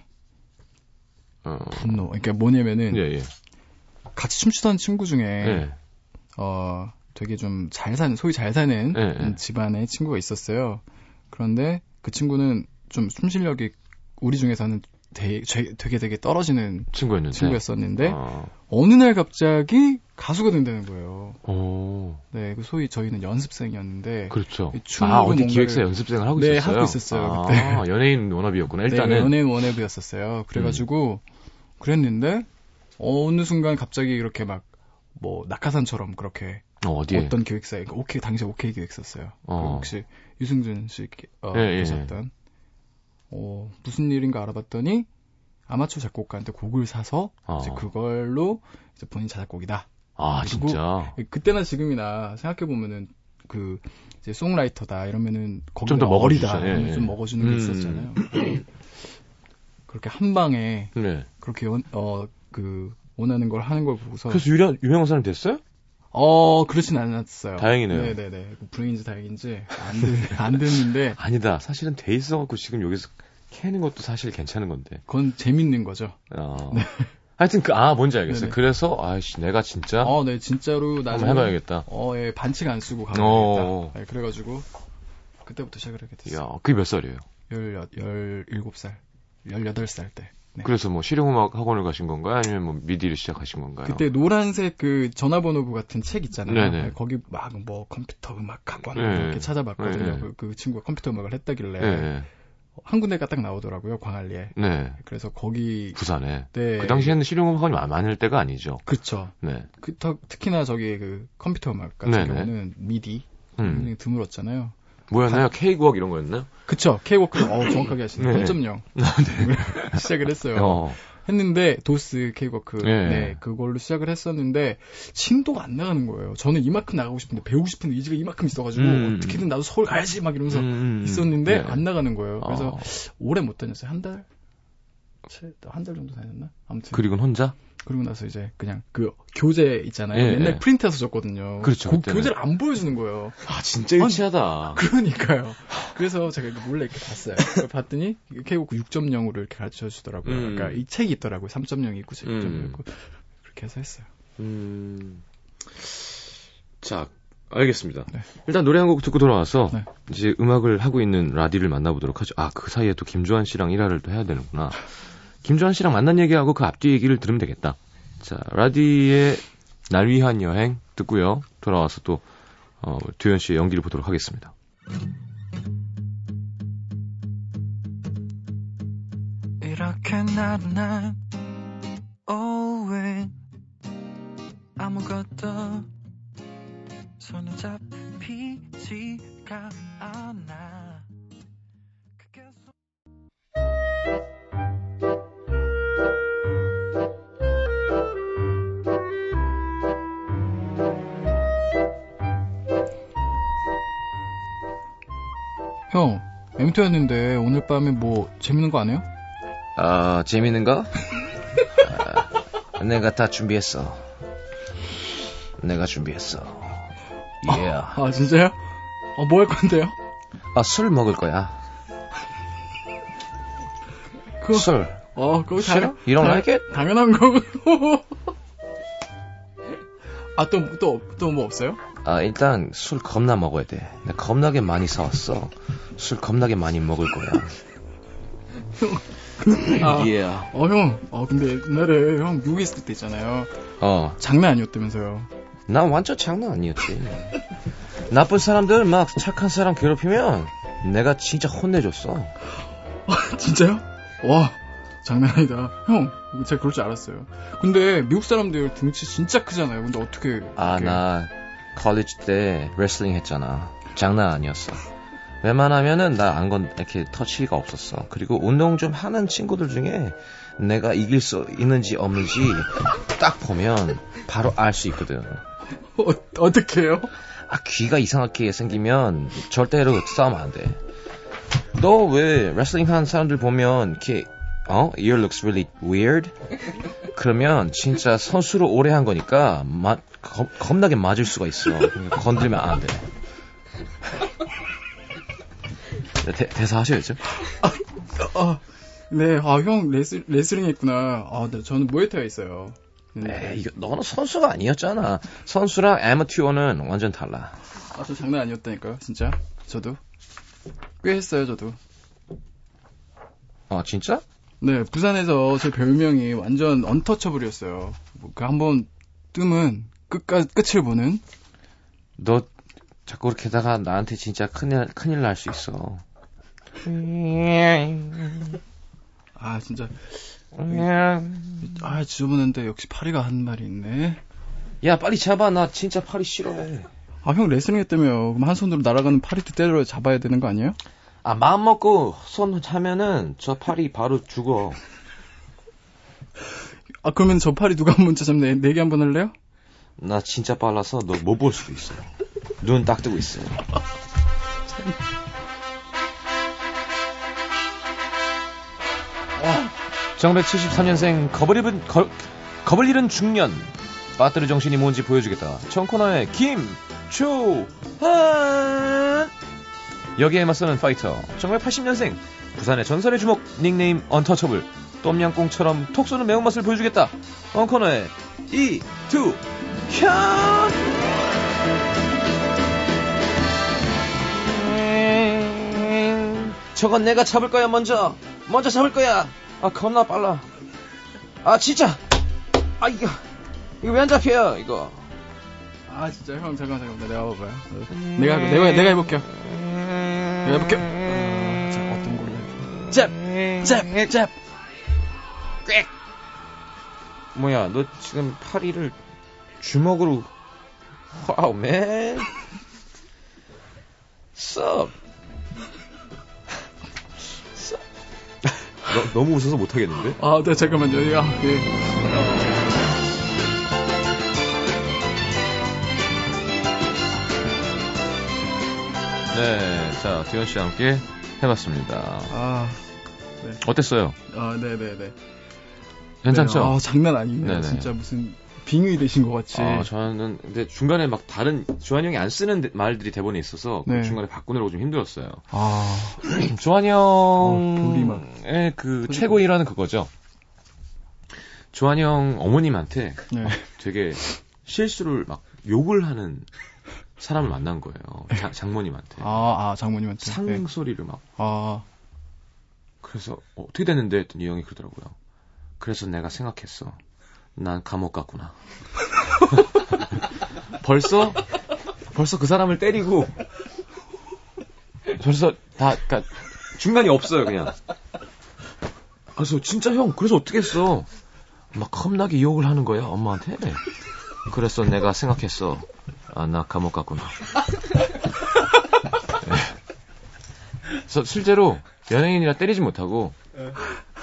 Speaker 2: 어.
Speaker 3: 분노. 그러니까 뭐냐면은
Speaker 2: 예, 예.
Speaker 3: 같이 춤추던 친구 중에
Speaker 2: 예.
Speaker 3: 어 되게 좀 잘 사는 소위 잘 사는
Speaker 2: 예, 예.
Speaker 3: 음, 집안의 친구가 있었어요. 그런데 그 친구는 좀 숨 실력이 우리 중에서는 되게 되게, 되게 떨어지는
Speaker 2: 친구였는데.
Speaker 3: 친구였었는데
Speaker 2: 네. 아.
Speaker 3: 어느 날 갑자기 가수가 된다는 거예요.
Speaker 2: 오,
Speaker 3: 네, 그 소위 저희는 연습생이었는데
Speaker 2: 어, 그렇죠.
Speaker 3: 이 춤으로
Speaker 2: 아, 어디
Speaker 3: 뭔가를-
Speaker 2: 기획사 연습생을 하고
Speaker 3: 네,
Speaker 2: 있었어요?
Speaker 3: 하고 있었어요,
Speaker 2: 아,
Speaker 3: 그때.
Speaker 2: 연예인 워너비였구나.
Speaker 3: 네,
Speaker 2: 일단은. 음.
Speaker 3: 연예인 원앱이었었어요. 그래가지고 그랬는데 어느 순간 갑자기 이렇게 막 뭐 낙하산처럼 그렇게
Speaker 2: 어, 어디에?
Speaker 3: 어떤 기획사에 그 오케이 당시 오케이 기획사였어요.
Speaker 2: 어.
Speaker 3: 그 혹시 유승준 씨 기- 어,
Speaker 2: 예, 예,
Speaker 3: 계셨던 어, 무슨 일인가 알아봤더니 아마추어 작곡가한테 곡을 사서
Speaker 2: 어.
Speaker 3: 이제 그걸로 이제 본인 자작곡이다.
Speaker 2: 아,
Speaker 3: 누구-
Speaker 2: 진짜.
Speaker 3: 그때나 지금이나 생각해 보면은 그 이제 송라이터다 이러면은
Speaker 2: 좀더
Speaker 3: 거기다 어리다
Speaker 2: 먹어주죠. 예, 예.
Speaker 3: 좀 먹어주는 게
Speaker 2: 음.
Speaker 3: 있었잖아요. 그렇게 한 방에
Speaker 2: 네.
Speaker 3: 그렇게 어그 원하는 걸 하는 걸 보고서
Speaker 2: 그래서 유명, 유명한 사람 됐어요?
Speaker 3: 어 그렇진 않았어요.
Speaker 2: 다행이네요.
Speaker 3: 네네네 그 불행인지 다행인지 안, 됐,
Speaker 2: <laughs>
Speaker 3: 안 됐는데
Speaker 2: 아니다. 사실은 돼 있어갖고 지금 여기서 캐는 것도 사실 괜찮은 건데.
Speaker 3: 그건 재밌는 거죠.
Speaker 2: 아. 하여튼 그, 아, 뭔지 알겠어요.
Speaker 3: 네. 네네.
Speaker 2: 그래서, 아이씨, 내가 진짜
Speaker 3: 어네 진짜로
Speaker 2: 한번
Speaker 3: 나중에
Speaker 2: 해봐야겠다.
Speaker 3: 어, 예, 반칙 안 쓰고
Speaker 2: 어.
Speaker 3: 가야겠다. 예, 그래가지고 그때부터 시작을 하게 됐어요.
Speaker 2: 야, 그게 몇 살이에요?
Speaker 3: 열여 열일곱 살, 열여덟 살 때. 네.
Speaker 2: 그래서 뭐 실용음악 학원을 가신 건가요? 아니면 뭐 미디를 시작하신 건가요?
Speaker 3: 그때 노란색 그 전화번호부 같은 책 있잖아요.
Speaker 2: 아, 어.
Speaker 3: 예,
Speaker 2: 네네.
Speaker 3: 거기 막 뭐 컴퓨터 음악 학원
Speaker 2: 네.
Speaker 3: 이렇게 찾아봤거든요.
Speaker 2: 네.
Speaker 3: 그, 그 친구가 컴퓨터 음악을 했다길래
Speaker 2: 네.
Speaker 3: 한 군데가 딱 나오더라고요 광안리에.
Speaker 2: 네.
Speaker 3: 그래서 거기
Speaker 2: 부산에.
Speaker 3: 네.
Speaker 2: 그 당시에는 실용음악 학원이 많- 많을 때가 아니죠.
Speaker 3: 그쵸.
Speaker 2: 네.
Speaker 3: 그, 더- 특히나 저기 그 컴퓨터 음악 같은
Speaker 2: 네네.
Speaker 3: 경우는 미디
Speaker 2: 음.
Speaker 3: 굉장히 드물었잖아요.
Speaker 2: 뭐였나요? K9학 이런 거였나요?
Speaker 7: <clears throat> 아,
Speaker 3: 그쵸. 케이워크 어 정확하게 <laughs> 하시네.
Speaker 2: 네.
Speaker 3: 1.0 시작을 했어요.
Speaker 2: 어.
Speaker 3: 했는데 도스 케이워크
Speaker 7: 예.
Speaker 3: 네 그걸로 시작을 했었는데 진도가 안 나가는 거예요. 저는 이만큼 나가고 싶은데 배우고 싶은 의지가 이만큼 있어가지고
Speaker 7: 음.
Speaker 3: 어떻게든 나도 서울 가야지 막 이러면서
Speaker 7: 음, 음,
Speaker 3: 있었는데
Speaker 7: 예.
Speaker 2: 네.
Speaker 3: 안 나가는 거예요. 그래서
Speaker 7: 어,
Speaker 3: 오래 못 다녔어요. 한 달? 한 달 정도 다녔나? 아무튼
Speaker 7: 그리고 혼자?
Speaker 3: 그러고 나서 이제 그냥 그 교재 있잖아요.
Speaker 7: 예,
Speaker 3: 옛날
Speaker 7: 예.
Speaker 3: 프린트해서 줬거든요.
Speaker 7: 그렇죠,
Speaker 3: 그
Speaker 7: 그때는.
Speaker 3: 교재를 안 보여주는 거예요.
Speaker 7: 아 진짜 유치하다.
Speaker 3: 그러니까요. 그래서 제가 이렇게 몰래 이렇게 봤어요. 그걸 봤더니 K-POP 6.0으로 이렇게 가르쳐 주더라고요.
Speaker 7: 음.
Speaker 3: 그러니까 이 책이 있더라고요. 3.0 있고 6.0
Speaker 7: 음.
Speaker 3: 있고 그렇게 해서 했어요.
Speaker 7: 음. 자, 알겠습니다.
Speaker 3: 네.
Speaker 7: 일단 노래 한 곡 듣고 돌아와서
Speaker 3: 네.
Speaker 7: 이제 음악을 하고 있는 라디를 만나보도록 하죠. 아, 그 사이에 또 김조한 씨랑 일화를 또 해야 되는구나. 김조한 씨랑 만난 얘기하고 그 앞뒤 얘기를 들으면 되겠다. 자, 라디의 날 위한 여행 듣고요. 돌아와서 또 어, 두현 씨의 연기를 보도록 하겠습니다.
Speaker 1: 이렇게 나른한 오후엔 아무것도 손에 잡히지가 않아 그게 소-
Speaker 3: 형, MT였는데 오늘 밤에 뭐 재밌는 거 안 해요?
Speaker 2: 아, 재밌는 거? 아, 내가 다 준비했어. 내가 준비했어. 예. y
Speaker 3: 아 진짜요? 아 뭐 할 건데요?
Speaker 2: 아, 술 먹을 거야.
Speaker 3: 그거
Speaker 2: 술.
Speaker 3: 어 그거 당
Speaker 2: You don't like it?
Speaker 3: 당연한 거고. <laughs> 아또 또 또 뭐 없어요?
Speaker 2: 아, 일단 술 겁나 먹어야 돼. 나 겁나게 많이 사왔어. 술 겁나게 많이 먹을 거야.
Speaker 3: 아,
Speaker 2: 예.
Speaker 3: 어 형, 어 근데 옛날에 형 미국에 있을 때 있잖아요.
Speaker 2: 어,
Speaker 3: 장난 아니었다면서요.
Speaker 2: 난 완전 장난 아니었지. 나쁜 사람들 막 착한 사람 괴롭히면 내가 진짜 혼내줬어.
Speaker 3: 진짜요? 와 장난 아니다. 형 제가 그럴 줄 알았어요. 근데 미국 사람들 등치 진짜 크잖아요. 근데 어떻게?
Speaker 2: 아,
Speaker 3: 이렇게-
Speaker 2: 나 컬리지 때 레슬링 했잖아. 장난 아니었어. 웬만하면은 나 안 건 이렇게 터치가 없었어. 그리고 운동 좀 하는 친구들 중에 내가 이길 수 있는지 없는지 딱 보면 바로 알 수 있거든.
Speaker 3: 어, 어떻게 해요?
Speaker 2: 아, 귀가 이상하게 생기면 절대로 싸우면 안 돼. 너 왜 레슬링 하는 사람들 보면 이렇게 어? ear looks really weird? 그러면 진짜 선수로 오래 한 거니까 마- 겁, 겁나게 맞을 수가 있어. 그러니까 건들면 안 돼. 네, 대, 대사 하셔야죠.
Speaker 3: 아, 네, 아 형 레슬 레슬링 했구나. 아, 네, 저는 모에타에 있어요.
Speaker 2: 네,
Speaker 3: 네.
Speaker 2: 에이, 이거 너는 선수가 아니었잖아. 선수랑 애머튜어는 완전 달라.
Speaker 3: 아, 저 장난 아니었다니까요, 진짜. 저도 꽤 했어요, 저도.
Speaker 2: 어, 진짜?
Speaker 3: 네, 부산에서 제 별명이 완전 언터처블이었어요. 뭐그 한번 뜸은 끝까지 끝을 보는.
Speaker 2: 너 자꾸 그렇게다가 나한테 진짜 큰일 큰일 날 수 있어.
Speaker 3: 아, 진짜. 아, 지저분한데 역시 파리가 한 말이 있네.
Speaker 2: 야 빨리 잡아 나 진짜 팔이 싫어해.
Speaker 3: 아, 형 레슬링 했다며. 그럼 한 손으로 날아가는 파리트 때려 잡아야 되는 거 아니에요?
Speaker 2: 아 마음 먹고 손 하면은 저 팔이 바로 죽어.
Speaker 3: 아, 그러면 저 파리 누가 한번 잡네. 내기 한번 할래요?
Speaker 2: 나 진짜 빨라서 너 못 볼 수도 있어. 눈 딱 뜨고 있어.
Speaker 7: 정백 73년생 겁을 입은 거, 겁을 잃은 중년 빠뜨르 정신이 뭔지 보여주겠다. 전 코너의 김초한 여기에 맞서는 파이터 정백 80년생 부산의 전설의 주목 닉네임 언터처블 똠양꿍처럼 톡 쏘는 매운맛을 보여주겠다. 언코너의 이두현
Speaker 2: 저건 내가 잡을 거야 먼저. 먼저 잡을 거야. 아 겁나 빨라. 아 진짜. 아 이거 이거 왜 안 잡혀요 이거.
Speaker 3: 아, 진짜 형 잠깐 잠깐 내가 봐봐요. 내가 할게. 내가 내가 해볼게요. 내가 해볼게요. 아, 자, 어떤 걸로 해?
Speaker 2: 잽잽잽 꽥. 뭐야 너 지금 파리를 주먹으로 와우 맨 썹. 썹.
Speaker 1: 너, 너무 웃어서 못하겠는데?
Speaker 3: 아, 네, 잠깐만요. 야, 예.
Speaker 2: 네, 자, 디원 씨와 함께 해봤습니다.
Speaker 3: 아,
Speaker 2: 어땠어요?
Speaker 3: 아, 네, 네, 네.
Speaker 2: 괜찮죠?
Speaker 3: 네, 아, 장난 아니네요.
Speaker 2: 네네.
Speaker 3: 진짜 무슨 빙의 되신 것 같이.
Speaker 2: 아, 저는 근데 중간에 막 다른 조한 형이 안 쓰는 데- 말들이 대본에 있어서 그
Speaker 3: 네.
Speaker 2: 중간에 바꾸느라고 좀 힘들었어요.
Speaker 3: 아,
Speaker 2: 조한
Speaker 3: 어,
Speaker 2: 형의 그 최고 일화는 그거죠. 조한 형 어머님한테
Speaker 3: 네.
Speaker 2: 되게 실수를 막 욕을 하는 사람을 만난 거예요. 장, 장모님한테
Speaker 3: 아, 아, 장모님한테. 네.
Speaker 2: 상소리를 막
Speaker 3: 아,
Speaker 2: 그래서 어, 떻게 됐는데 했더니 이 형이 그러더라고요. 그래서 내가 생각했어. 난 감옥 갔구나. <laughs> 벌써 벌써 그 사람을 때리고 벌써 다 그러니까 중간이 없어요 그냥. 아, 그래서 진짜 형 그래서 어떻게 했어? 막 겁나게 욕을 하는 거야 엄마한테. 그래서 내가 생각했어. 아 나 감옥 갔구나. 네. 그래서 실제로 연예인이라 때리지 못하고
Speaker 3: 네.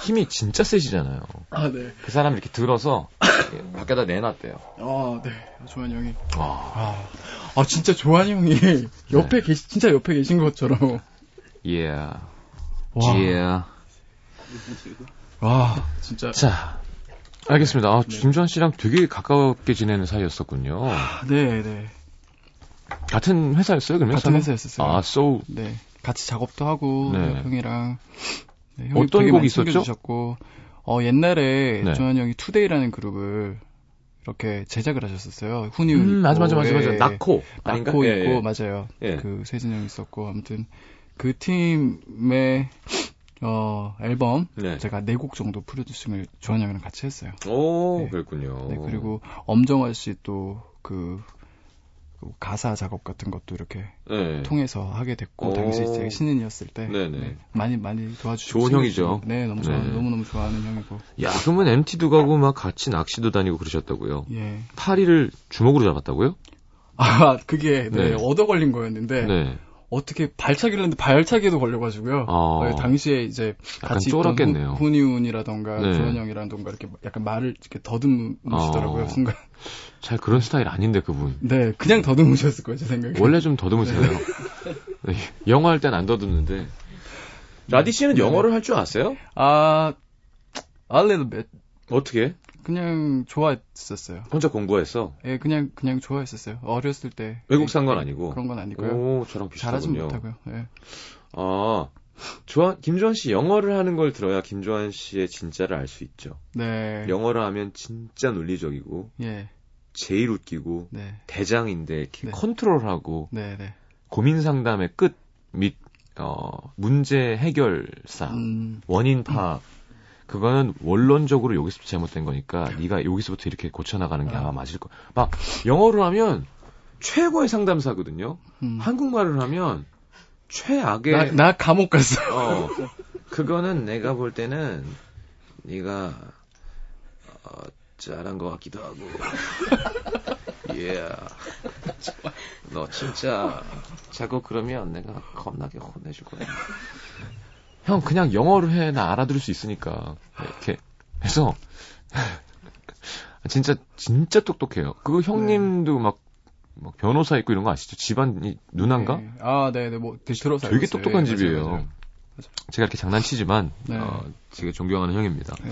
Speaker 2: 힘이 진짜 세지잖아요.
Speaker 3: 아, 네.
Speaker 2: 그 사람 이렇게
Speaker 3: <coughs>
Speaker 2: 들어서 밖에다 내놨대요.
Speaker 3: 아, 네. 조한 형이.
Speaker 2: 와,
Speaker 3: 아, 아 진짜 조한 형이
Speaker 2: 네.
Speaker 3: 옆에 계시, 진짜 옆에 계신 것처럼.
Speaker 2: 예,
Speaker 3: 와,
Speaker 2: 예.
Speaker 3: 와, 네. 진짜.
Speaker 2: 자, 알겠습니다. 아, 김주환 씨랑 되게 가깝게 지내는 사이였었군요.
Speaker 3: 아, 네, 네.
Speaker 2: 같은 회사였어요, 그러면?
Speaker 3: 같은
Speaker 2: 서로?
Speaker 3: 회사였었어요.
Speaker 2: 아, so
Speaker 3: 네. 같이 작업도 하고
Speaker 2: 네.
Speaker 3: 네, 형이랑 네,
Speaker 2: 어떤
Speaker 3: 되게
Speaker 2: 곡이
Speaker 3: 많이
Speaker 2: 있었죠?
Speaker 3: 챙겨주셨고, 어, 옛날에
Speaker 2: 네.
Speaker 3: 조한 형이 투데이라는 그룹을 이렇게 제작을 하셨었어요. 훈이
Speaker 2: 음, 맞아, 맞아, 맞아, 맞아. 낙코 아닌가?
Speaker 3: 낙고
Speaker 2: 예,
Speaker 3: 네. 있고
Speaker 2: 예.
Speaker 3: 맞아요.
Speaker 2: 예.
Speaker 3: 그 세진 형 있었고 아무튼 그 팀의 어 앨범
Speaker 2: 네.
Speaker 3: 제가 네 곡 정도 프로듀싱을 조한 형이랑 같이 했어요.
Speaker 2: 오,
Speaker 3: 네.
Speaker 2: 그랬군요.
Speaker 3: 네, 그리고 엄정화 씨 또 그 가사 작업 같은 것도 이렇게
Speaker 2: 예.
Speaker 3: 통해서 하게 됐고
Speaker 2: 오.
Speaker 3: 당시 제가 신인이었을 때
Speaker 2: 어. 네네.
Speaker 3: 네, 많이 많이 도와주시고
Speaker 2: 좋은 형이죠.
Speaker 3: 네, 너무 좋아,
Speaker 2: 네.
Speaker 3: 너무 너무 좋아하는 형이고
Speaker 2: 야, 그러면 MT도 가고 막 같이 낚시도 다니고 그러셨다고요.
Speaker 3: 예.
Speaker 2: 파리를 주먹으로 잡았다고요?
Speaker 3: 아 그게 네,
Speaker 2: 네.
Speaker 3: 얻어 걸린 거였는데
Speaker 2: 네.
Speaker 3: 어떻게 발차기를 했는데 발차기도 걸려가지고요.
Speaker 2: 아.
Speaker 3: 네, 당시에 이제
Speaker 2: 약간
Speaker 3: 같이
Speaker 2: 쫄았겠네요.
Speaker 3: 훈이훈이라던가
Speaker 2: 네.
Speaker 3: 조현 형이라던가 이렇게 약간 말을 이렇게 더듬으시더라고요
Speaker 2: 아.
Speaker 3: 순간. <laughs>
Speaker 2: 잘 그런 스타일 아닌데 그분.
Speaker 3: 네, 그냥 더듬으셨을 거예요 제 생각에.
Speaker 2: 원래 좀 더듬으세요. 네, 영어 할 땐 안 더듬는데.
Speaker 1: 라디 씨는 영어를 할 줄 아세요?
Speaker 3: 아 a little bit
Speaker 1: 어떻게?
Speaker 3: 그냥 좋아했었어요.
Speaker 2: 혼자 공부해서
Speaker 3: 예, 그냥 그냥 좋아했었어요. 어렸을 때 예,
Speaker 2: 외국 산 건 아니고.
Speaker 3: 그런 건 아니고요.
Speaker 2: 오, 저랑
Speaker 3: 잘하진
Speaker 2: 비슷하군요.
Speaker 3: 못하고요. 예.
Speaker 2: 아, 조한, 김조한 씨 영어를 하는 걸 들어야 김조한 씨의 진짜를 알 수 있죠.
Speaker 3: 네.
Speaker 2: 영어를 하면 진짜 논리적이고
Speaker 3: 예.
Speaker 2: 제일 웃기고
Speaker 3: 네.
Speaker 2: 대장인데 이렇게
Speaker 3: 네.
Speaker 2: 컨트롤하고
Speaker 3: 네, 네.
Speaker 2: 고민 상담의 끝 및 어, 문제 해결사
Speaker 3: 음.
Speaker 2: 원인 파악. 그거는 원론적으로 여기서부터 잘못된 거니까 네가 여기서부터 이렇게 고쳐나가는 게 아마 맞을 거. 막 영어로 하면 최고의 상담사거든요.
Speaker 3: 음.
Speaker 2: 한국말을 하면 최악의
Speaker 3: 나, 나 감옥 갔어.
Speaker 2: 어 그거는 내가 볼 때는 네가 어, 잘한 것 같기도 하고 예너 진짜 자꾸 그러면 내가 겁나게 혼내줄 거야 형 그냥 영어로 해 나 알아들을 수 있으니까 이렇게 해서 진짜 진짜 똑똑해요 그거 형님도 막, 막 변호사 있고 이런 거 아시죠 집안이 누난가
Speaker 3: 네. 아, 네, 네. 뭐 들어서
Speaker 2: 되게
Speaker 3: 알고 있어요.
Speaker 2: 똑똑한
Speaker 3: 예,
Speaker 2: 집이에요.
Speaker 3: 맞아요, 맞아요.
Speaker 2: 제가 이렇게 장난치지만
Speaker 3: 네.
Speaker 2: 어, 제가 존경하는 형입니다.
Speaker 3: 예.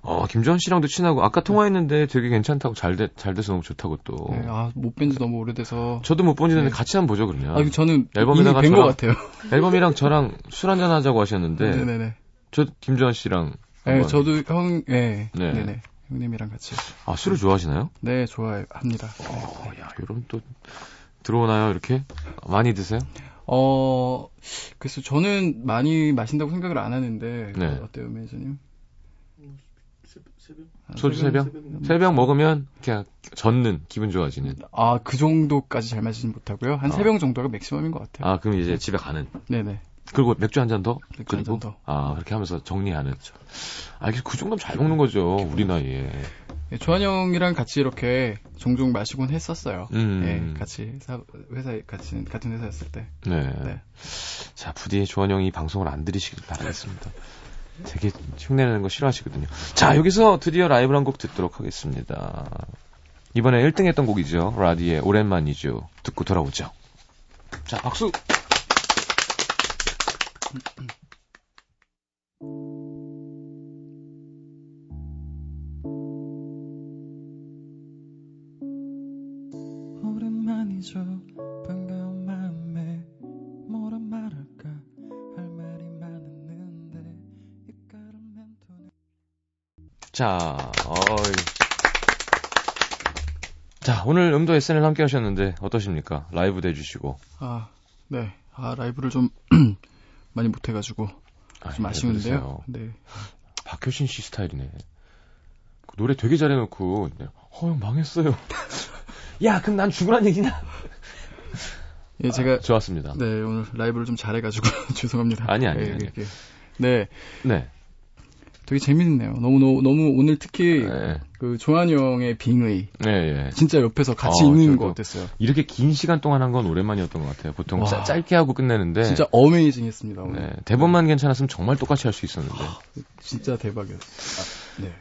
Speaker 2: 어, 김주환 씨랑도 친하고 아까 통화했는데 되게 괜찮다고 잘, 돼, 잘 돼서 너무 좋다고 또.
Speaker 3: 네, 아, 못 뵌 지 너무 오래돼서.
Speaker 2: 저도 못 본 지는
Speaker 3: 네.
Speaker 2: 같이 한번 보죠 그러면.
Speaker 3: 아, 이거 저는 이미
Speaker 2: 앨범에다가
Speaker 3: 뵌것
Speaker 2: 저랑-
Speaker 3: 같아요.
Speaker 2: 앨범이랑 저랑 술 한잔 하자고 하셨는데
Speaker 3: <laughs> 네, 네, 네.
Speaker 2: 저 김주환 씨랑
Speaker 3: 예,
Speaker 2: 한번-
Speaker 3: 저도 형, 예.
Speaker 2: 네.
Speaker 3: 네, 네. 형님이랑 같이.
Speaker 2: 아 술을 좋아하시나요?
Speaker 3: 네, 좋아합니다.
Speaker 2: 어, 야, 이런 또 들어오나요 이렇게 많이 드세요?
Speaker 3: 어, 그래서 저는 많이 마신다고 생각을 안 하는데.
Speaker 2: 네.
Speaker 3: 어때요, 매니저님? 아,
Speaker 2: 소주 세
Speaker 3: 새벽-
Speaker 2: 병? 세 병 먹으면 그냥 젖는 기분 좋아지는.
Speaker 3: 아, 그 정도까지 잘 마시진 못하고요. 한
Speaker 2: 어.
Speaker 3: 세 병 정도가 맥시멈인 것 같아요.
Speaker 2: 아 그럼 이제 집에 가는.
Speaker 3: 네네.
Speaker 2: 그리고 맥주 한 잔 더?
Speaker 3: 맥주 한잔
Speaker 2: 그리고?
Speaker 3: 더.
Speaker 2: 아, 그렇게 하면서 정리하는. 아, 이게 그 정도면 잘 먹는 거죠, 우리 나이에.
Speaker 3: 예, 조한 형이랑 같이 이렇게 종종 마시곤 했었어요.
Speaker 2: 음.
Speaker 3: 예, 같이 사- 회사에 같이 같은 회사였을 때.
Speaker 2: 네.
Speaker 3: 네.
Speaker 2: 자, 부디 조한 형이 방송을 안 들으시길 바라겠습니다. 되게 흉내내는 거 싫어하시거든요. 자, 여기서 드디어 라이브 한 곡 듣도록 하겠습니다. 이번에 1등 했던 곡이죠. 라디의 오랜만이죠. 듣고 돌아오죠. 자, 박수!
Speaker 1: 오랜만이죠 반가운 마음에 뭐라 말할까 할 말이 많았는데 입가를 맴도는
Speaker 2: 자, 어이. 자, 오늘 음도 SNL 함께 하셨는데 어떠십니까? 라이브도 해주시고.
Speaker 3: 아, 네. 아, 라이브를 좀 <clears throat> 많이 못해가지고 좀
Speaker 2: 아이,
Speaker 3: 아쉬운데요.
Speaker 2: 그러세요.
Speaker 3: 네.
Speaker 2: 박효신 씨 스타일이네. 그 노래 되게 잘해놓고, 그냥, 어, 형 망했어요. <laughs> 야, 그럼 난 죽으란 얘기냐?
Speaker 3: 예, 제가
Speaker 2: 좋았습니다.
Speaker 3: 네 오늘 라이브를 좀 잘해가지고 <laughs> 죄송합니다.
Speaker 2: 아, 아니, 아니,
Speaker 3: 예,
Speaker 2: 아니.
Speaker 3: 이렇게. 네,
Speaker 2: 네.
Speaker 3: 되게 재밌네요. 너무 너무 너무 오늘 특히
Speaker 2: 네.
Speaker 3: 그 조한이 형의 빙의
Speaker 2: 예, 예.
Speaker 3: 진짜 옆에서 같이
Speaker 2: 아,
Speaker 3: 있는
Speaker 2: 저도.
Speaker 3: 거 네. 어땠어요?
Speaker 2: 이렇게 긴 시간 동안 한 건 오랜만이었던 것 같아요. 보통
Speaker 3: 와.
Speaker 2: 짜- 짧게 하고 끝내는데.
Speaker 3: 네. 진짜 어메이징했습니다. 오늘
Speaker 2: 네. 대본만 괜찮았으면 정말 똑같이 할 수 있었는데.
Speaker 3: 진짜 대박이었어요. 아, 네.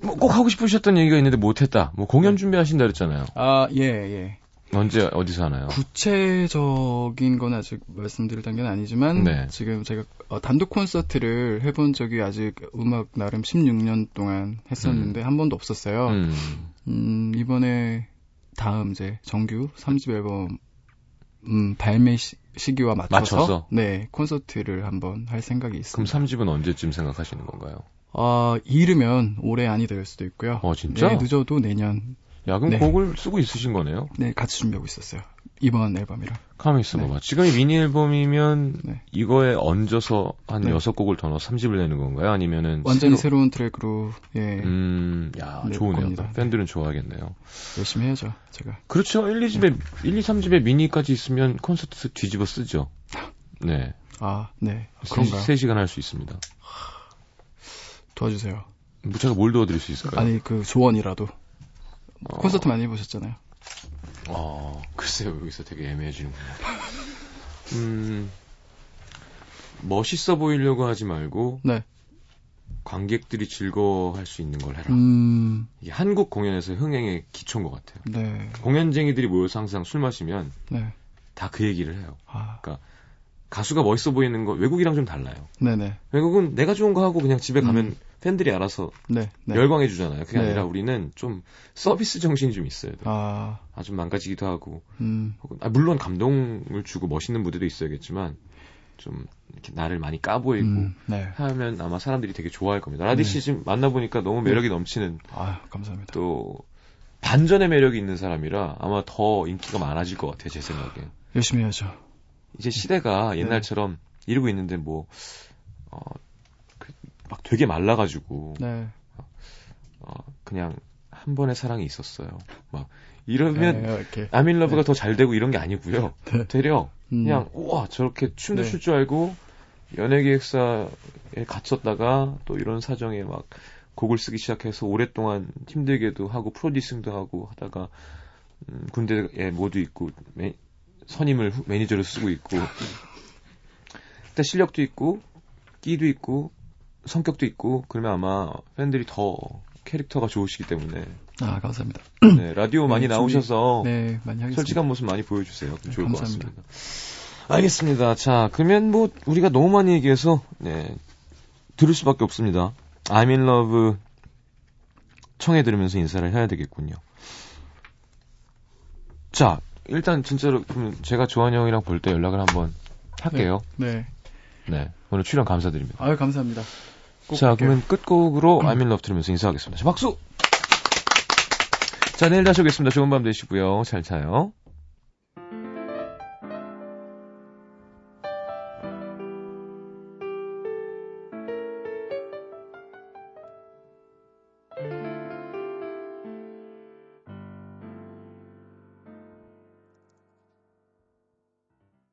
Speaker 2: 뭐 꼭 하고 싶으셨던 얘기가 있는데 못했다. 뭐 공연 준비하신다 그랬잖아요.
Speaker 3: 아, 예, 예.
Speaker 2: 언제, 어디서 하나요?
Speaker 3: 구체적인 건 아직 말씀드릴 단계는 아니지만
Speaker 2: 네.
Speaker 3: 지금 제가 어, 단독 콘서트를 해본 적이 아직 음악 나름 16년 동안 했었는데 한 번도 없었어요.
Speaker 2: 음.
Speaker 3: 음, 이번에 다음 이제 정규 3집 앨범 음, 발매 시, 시기와 맞춰서,
Speaker 2: 맞춰서?
Speaker 3: 네, 콘서트를 한번 할 생각이
Speaker 2: 그럼
Speaker 3: 있습니다.
Speaker 2: 3집은 언제쯤 생각하시는 건가요?
Speaker 3: 아, 이르면 올해 안이 될 수도 있고요.
Speaker 2: 어, 진짜?
Speaker 3: 네, 늦어도 내년
Speaker 2: 야, 그럼
Speaker 3: 네.
Speaker 2: 곡을 쓰고 있으신 거네요?
Speaker 3: 네, 같이 준비하고 있었어요. 이번 앨범이랑.
Speaker 2: 가만히 있어봐봐. 지금이 미니 앨범이면
Speaker 3: 네.
Speaker 2: 이거에 얹어서 한
Speaker 3: 네.
Speaker 2: 여섯 곡을 더 넣어서 3집을 내는 건가요? 아니면은.
Speaker 3: 완전히
Speaker 2: 음, 새로-
Speaker 3: 새로... 운 트랙으로 예,
Speaker 2: 음, 야,
Speaker 3: 네,
Speaker 2: 좋으네요.
Speaker 3: 겁니다.
Speaker 2: 팬들은 좋아하겠네요.
Speaker 3: 열심히 해야죠. 제가
Speaker 2: 그렇죠. 1, 2집에, 1, 2, 3집에 미니까지 있으면 콘서트 뒤집어 쓰죠. 네.
Speaker 3: 아, 네. 그런가요?
Speaker 2: 3, 시간 할 수 있습니다.
Speaker 3: 도와주세요.
Speaker 2: 무차가 뭘 도와드릴 수 있을까요?
Speaker 3: 아니 그 조언이라도
Speaker 2: 어.
Speaker 3: 콘서트 많이 해보셨잖아요.
Speaker 2: 어, 글쎄요, 여기서 되게 애매해지는군요. 음, 멋있어 보이려고 하지 말고,
Speaker 3: 네.
Speaker 2: 관객들이 즐거워할 수 있는 걸 해라.
Speaker 3: 음,
Speaker 2: 이게 한국 공연에서 흥행의 기초인 것 같아요.
Speaker 3: 네,
Speaker 2: 공연쟁이들이 모여서 항상 술 마시면
Speaker 3: 네,
Speaker 2: 다 그 얘기를 해요.
Speaker 3: 아,
Speaker 2: 가수가 멋있어 보이는 거 외국이랑 좀 달라요.
Speaker 3: 네, 네,
Speaker 2: 외국은 내가 좋은 거 하고 그냥 집에 가면
Speaker 3: 음.
Speaker 2: 팬들이 알아서
Speaker 3: 네, 네.
Speaker 2: 열광해 주잖아요. 그게
Speaker 3: 네.
Speaker 2: 아니라 우리는 좀 서비스 정신이 좀 있어야 돼요.
Speaker 3: 아,
Speaker 2: 아주 망가지기도 하고
Speaker 3: 음,
Speaker 2: 혹은- 아, 물론 감동을 주고 멋있는 무대도 있어야겠지만 좀 이렇게 나를 많이 까보이고
Speaker 3: 음, 네.
Speaker 2: 하면 아마 사람들이 되게 좋아할 겁니다. 라디
Speaker 3: 네.
Speaker 2: 씨 지금 만나보니까 너무 매력이 넘치는
Speaker 3: 아, 감사합니다.
Speaker 2: 또 반전의 매력이 있는 사람이라 아마 더 인기가 많아질 것 같아요. 제 생각엔.
Speaker 3: 열심히 해야죠.
Speaker 2: 이제 시대가
Speaker 3: 네.
Speaker 2: 옛날처럼 이러고 있는데 뭐 어, 그, 막 되게 말라가지고
Speaker 3: 네.
Speaker 2: 어, 그냥 한 번의 사랑이 있었어요. 막 이러면
Speaker 3: 네, 이렇게
Speaker 2: 아밀러브가 더 잘 되고 이런 게 아니고요.
Speaker 3: 네.
Speaker 2: 되려
Speaker 3: 음,
Speaker 2: 그냥 우와 저렇게 춤도
Speaker 3: 네.
Speaker 2: 출 줄 알고 연예기획사에 갇혔다가 또 이런 사정에 막 곡을 쓰기 시작해서 오랫동안 힘들게도 하고 프로듀싱도 하고 하다가 음, 군대에 모두 있고 매- 선임을 후- 매니저로 쓰고 있고 일단 실력도 있고 끼도 있고 성격도 있고 그러면 아마 팬들이 더 캐릭터가 좋으시기 때문에
Speaker 3: 아, 감사합니다.
Speaker 2: 네, 라디오 많이
Speaker 3: 음, 준비-
Speaker 2: 나오셔서
Speaker 3: 네, 많이 하겠습니다.
Speaker 2: 어. 솔직한 모습 많이 보여주세요. 그럼 좋을
Speaker 3: 감사합니다.
Speaker 2: 것 같습니다. 알겠습니다. 자, 그러면 뭐 우리가 너무 많이 얘기해서 네, 들을 수밖에 없습니다. I'm in love 청해 들으면서 인사를 해야 되겠군요. 자, 일단 진짜로 그럼 제가 조한 형이랑 볼 때 연락을 한번 할게요.
Speaker 3: 네,
Speaker 2: 네. 오늘 출연 감사드립니다.
Speaker 3: 아유, 감사합니다. 꼭
Speaker 2: 자,
Speaker 3: 볼게요.
Speaker 2: 그러면 끝곡으로 I'm in love 들으면서 인사하겠습니다. 자, 박수! 자, 내일 다시 오겠습니다. 좋은 밤 되시고요. 잘 자요.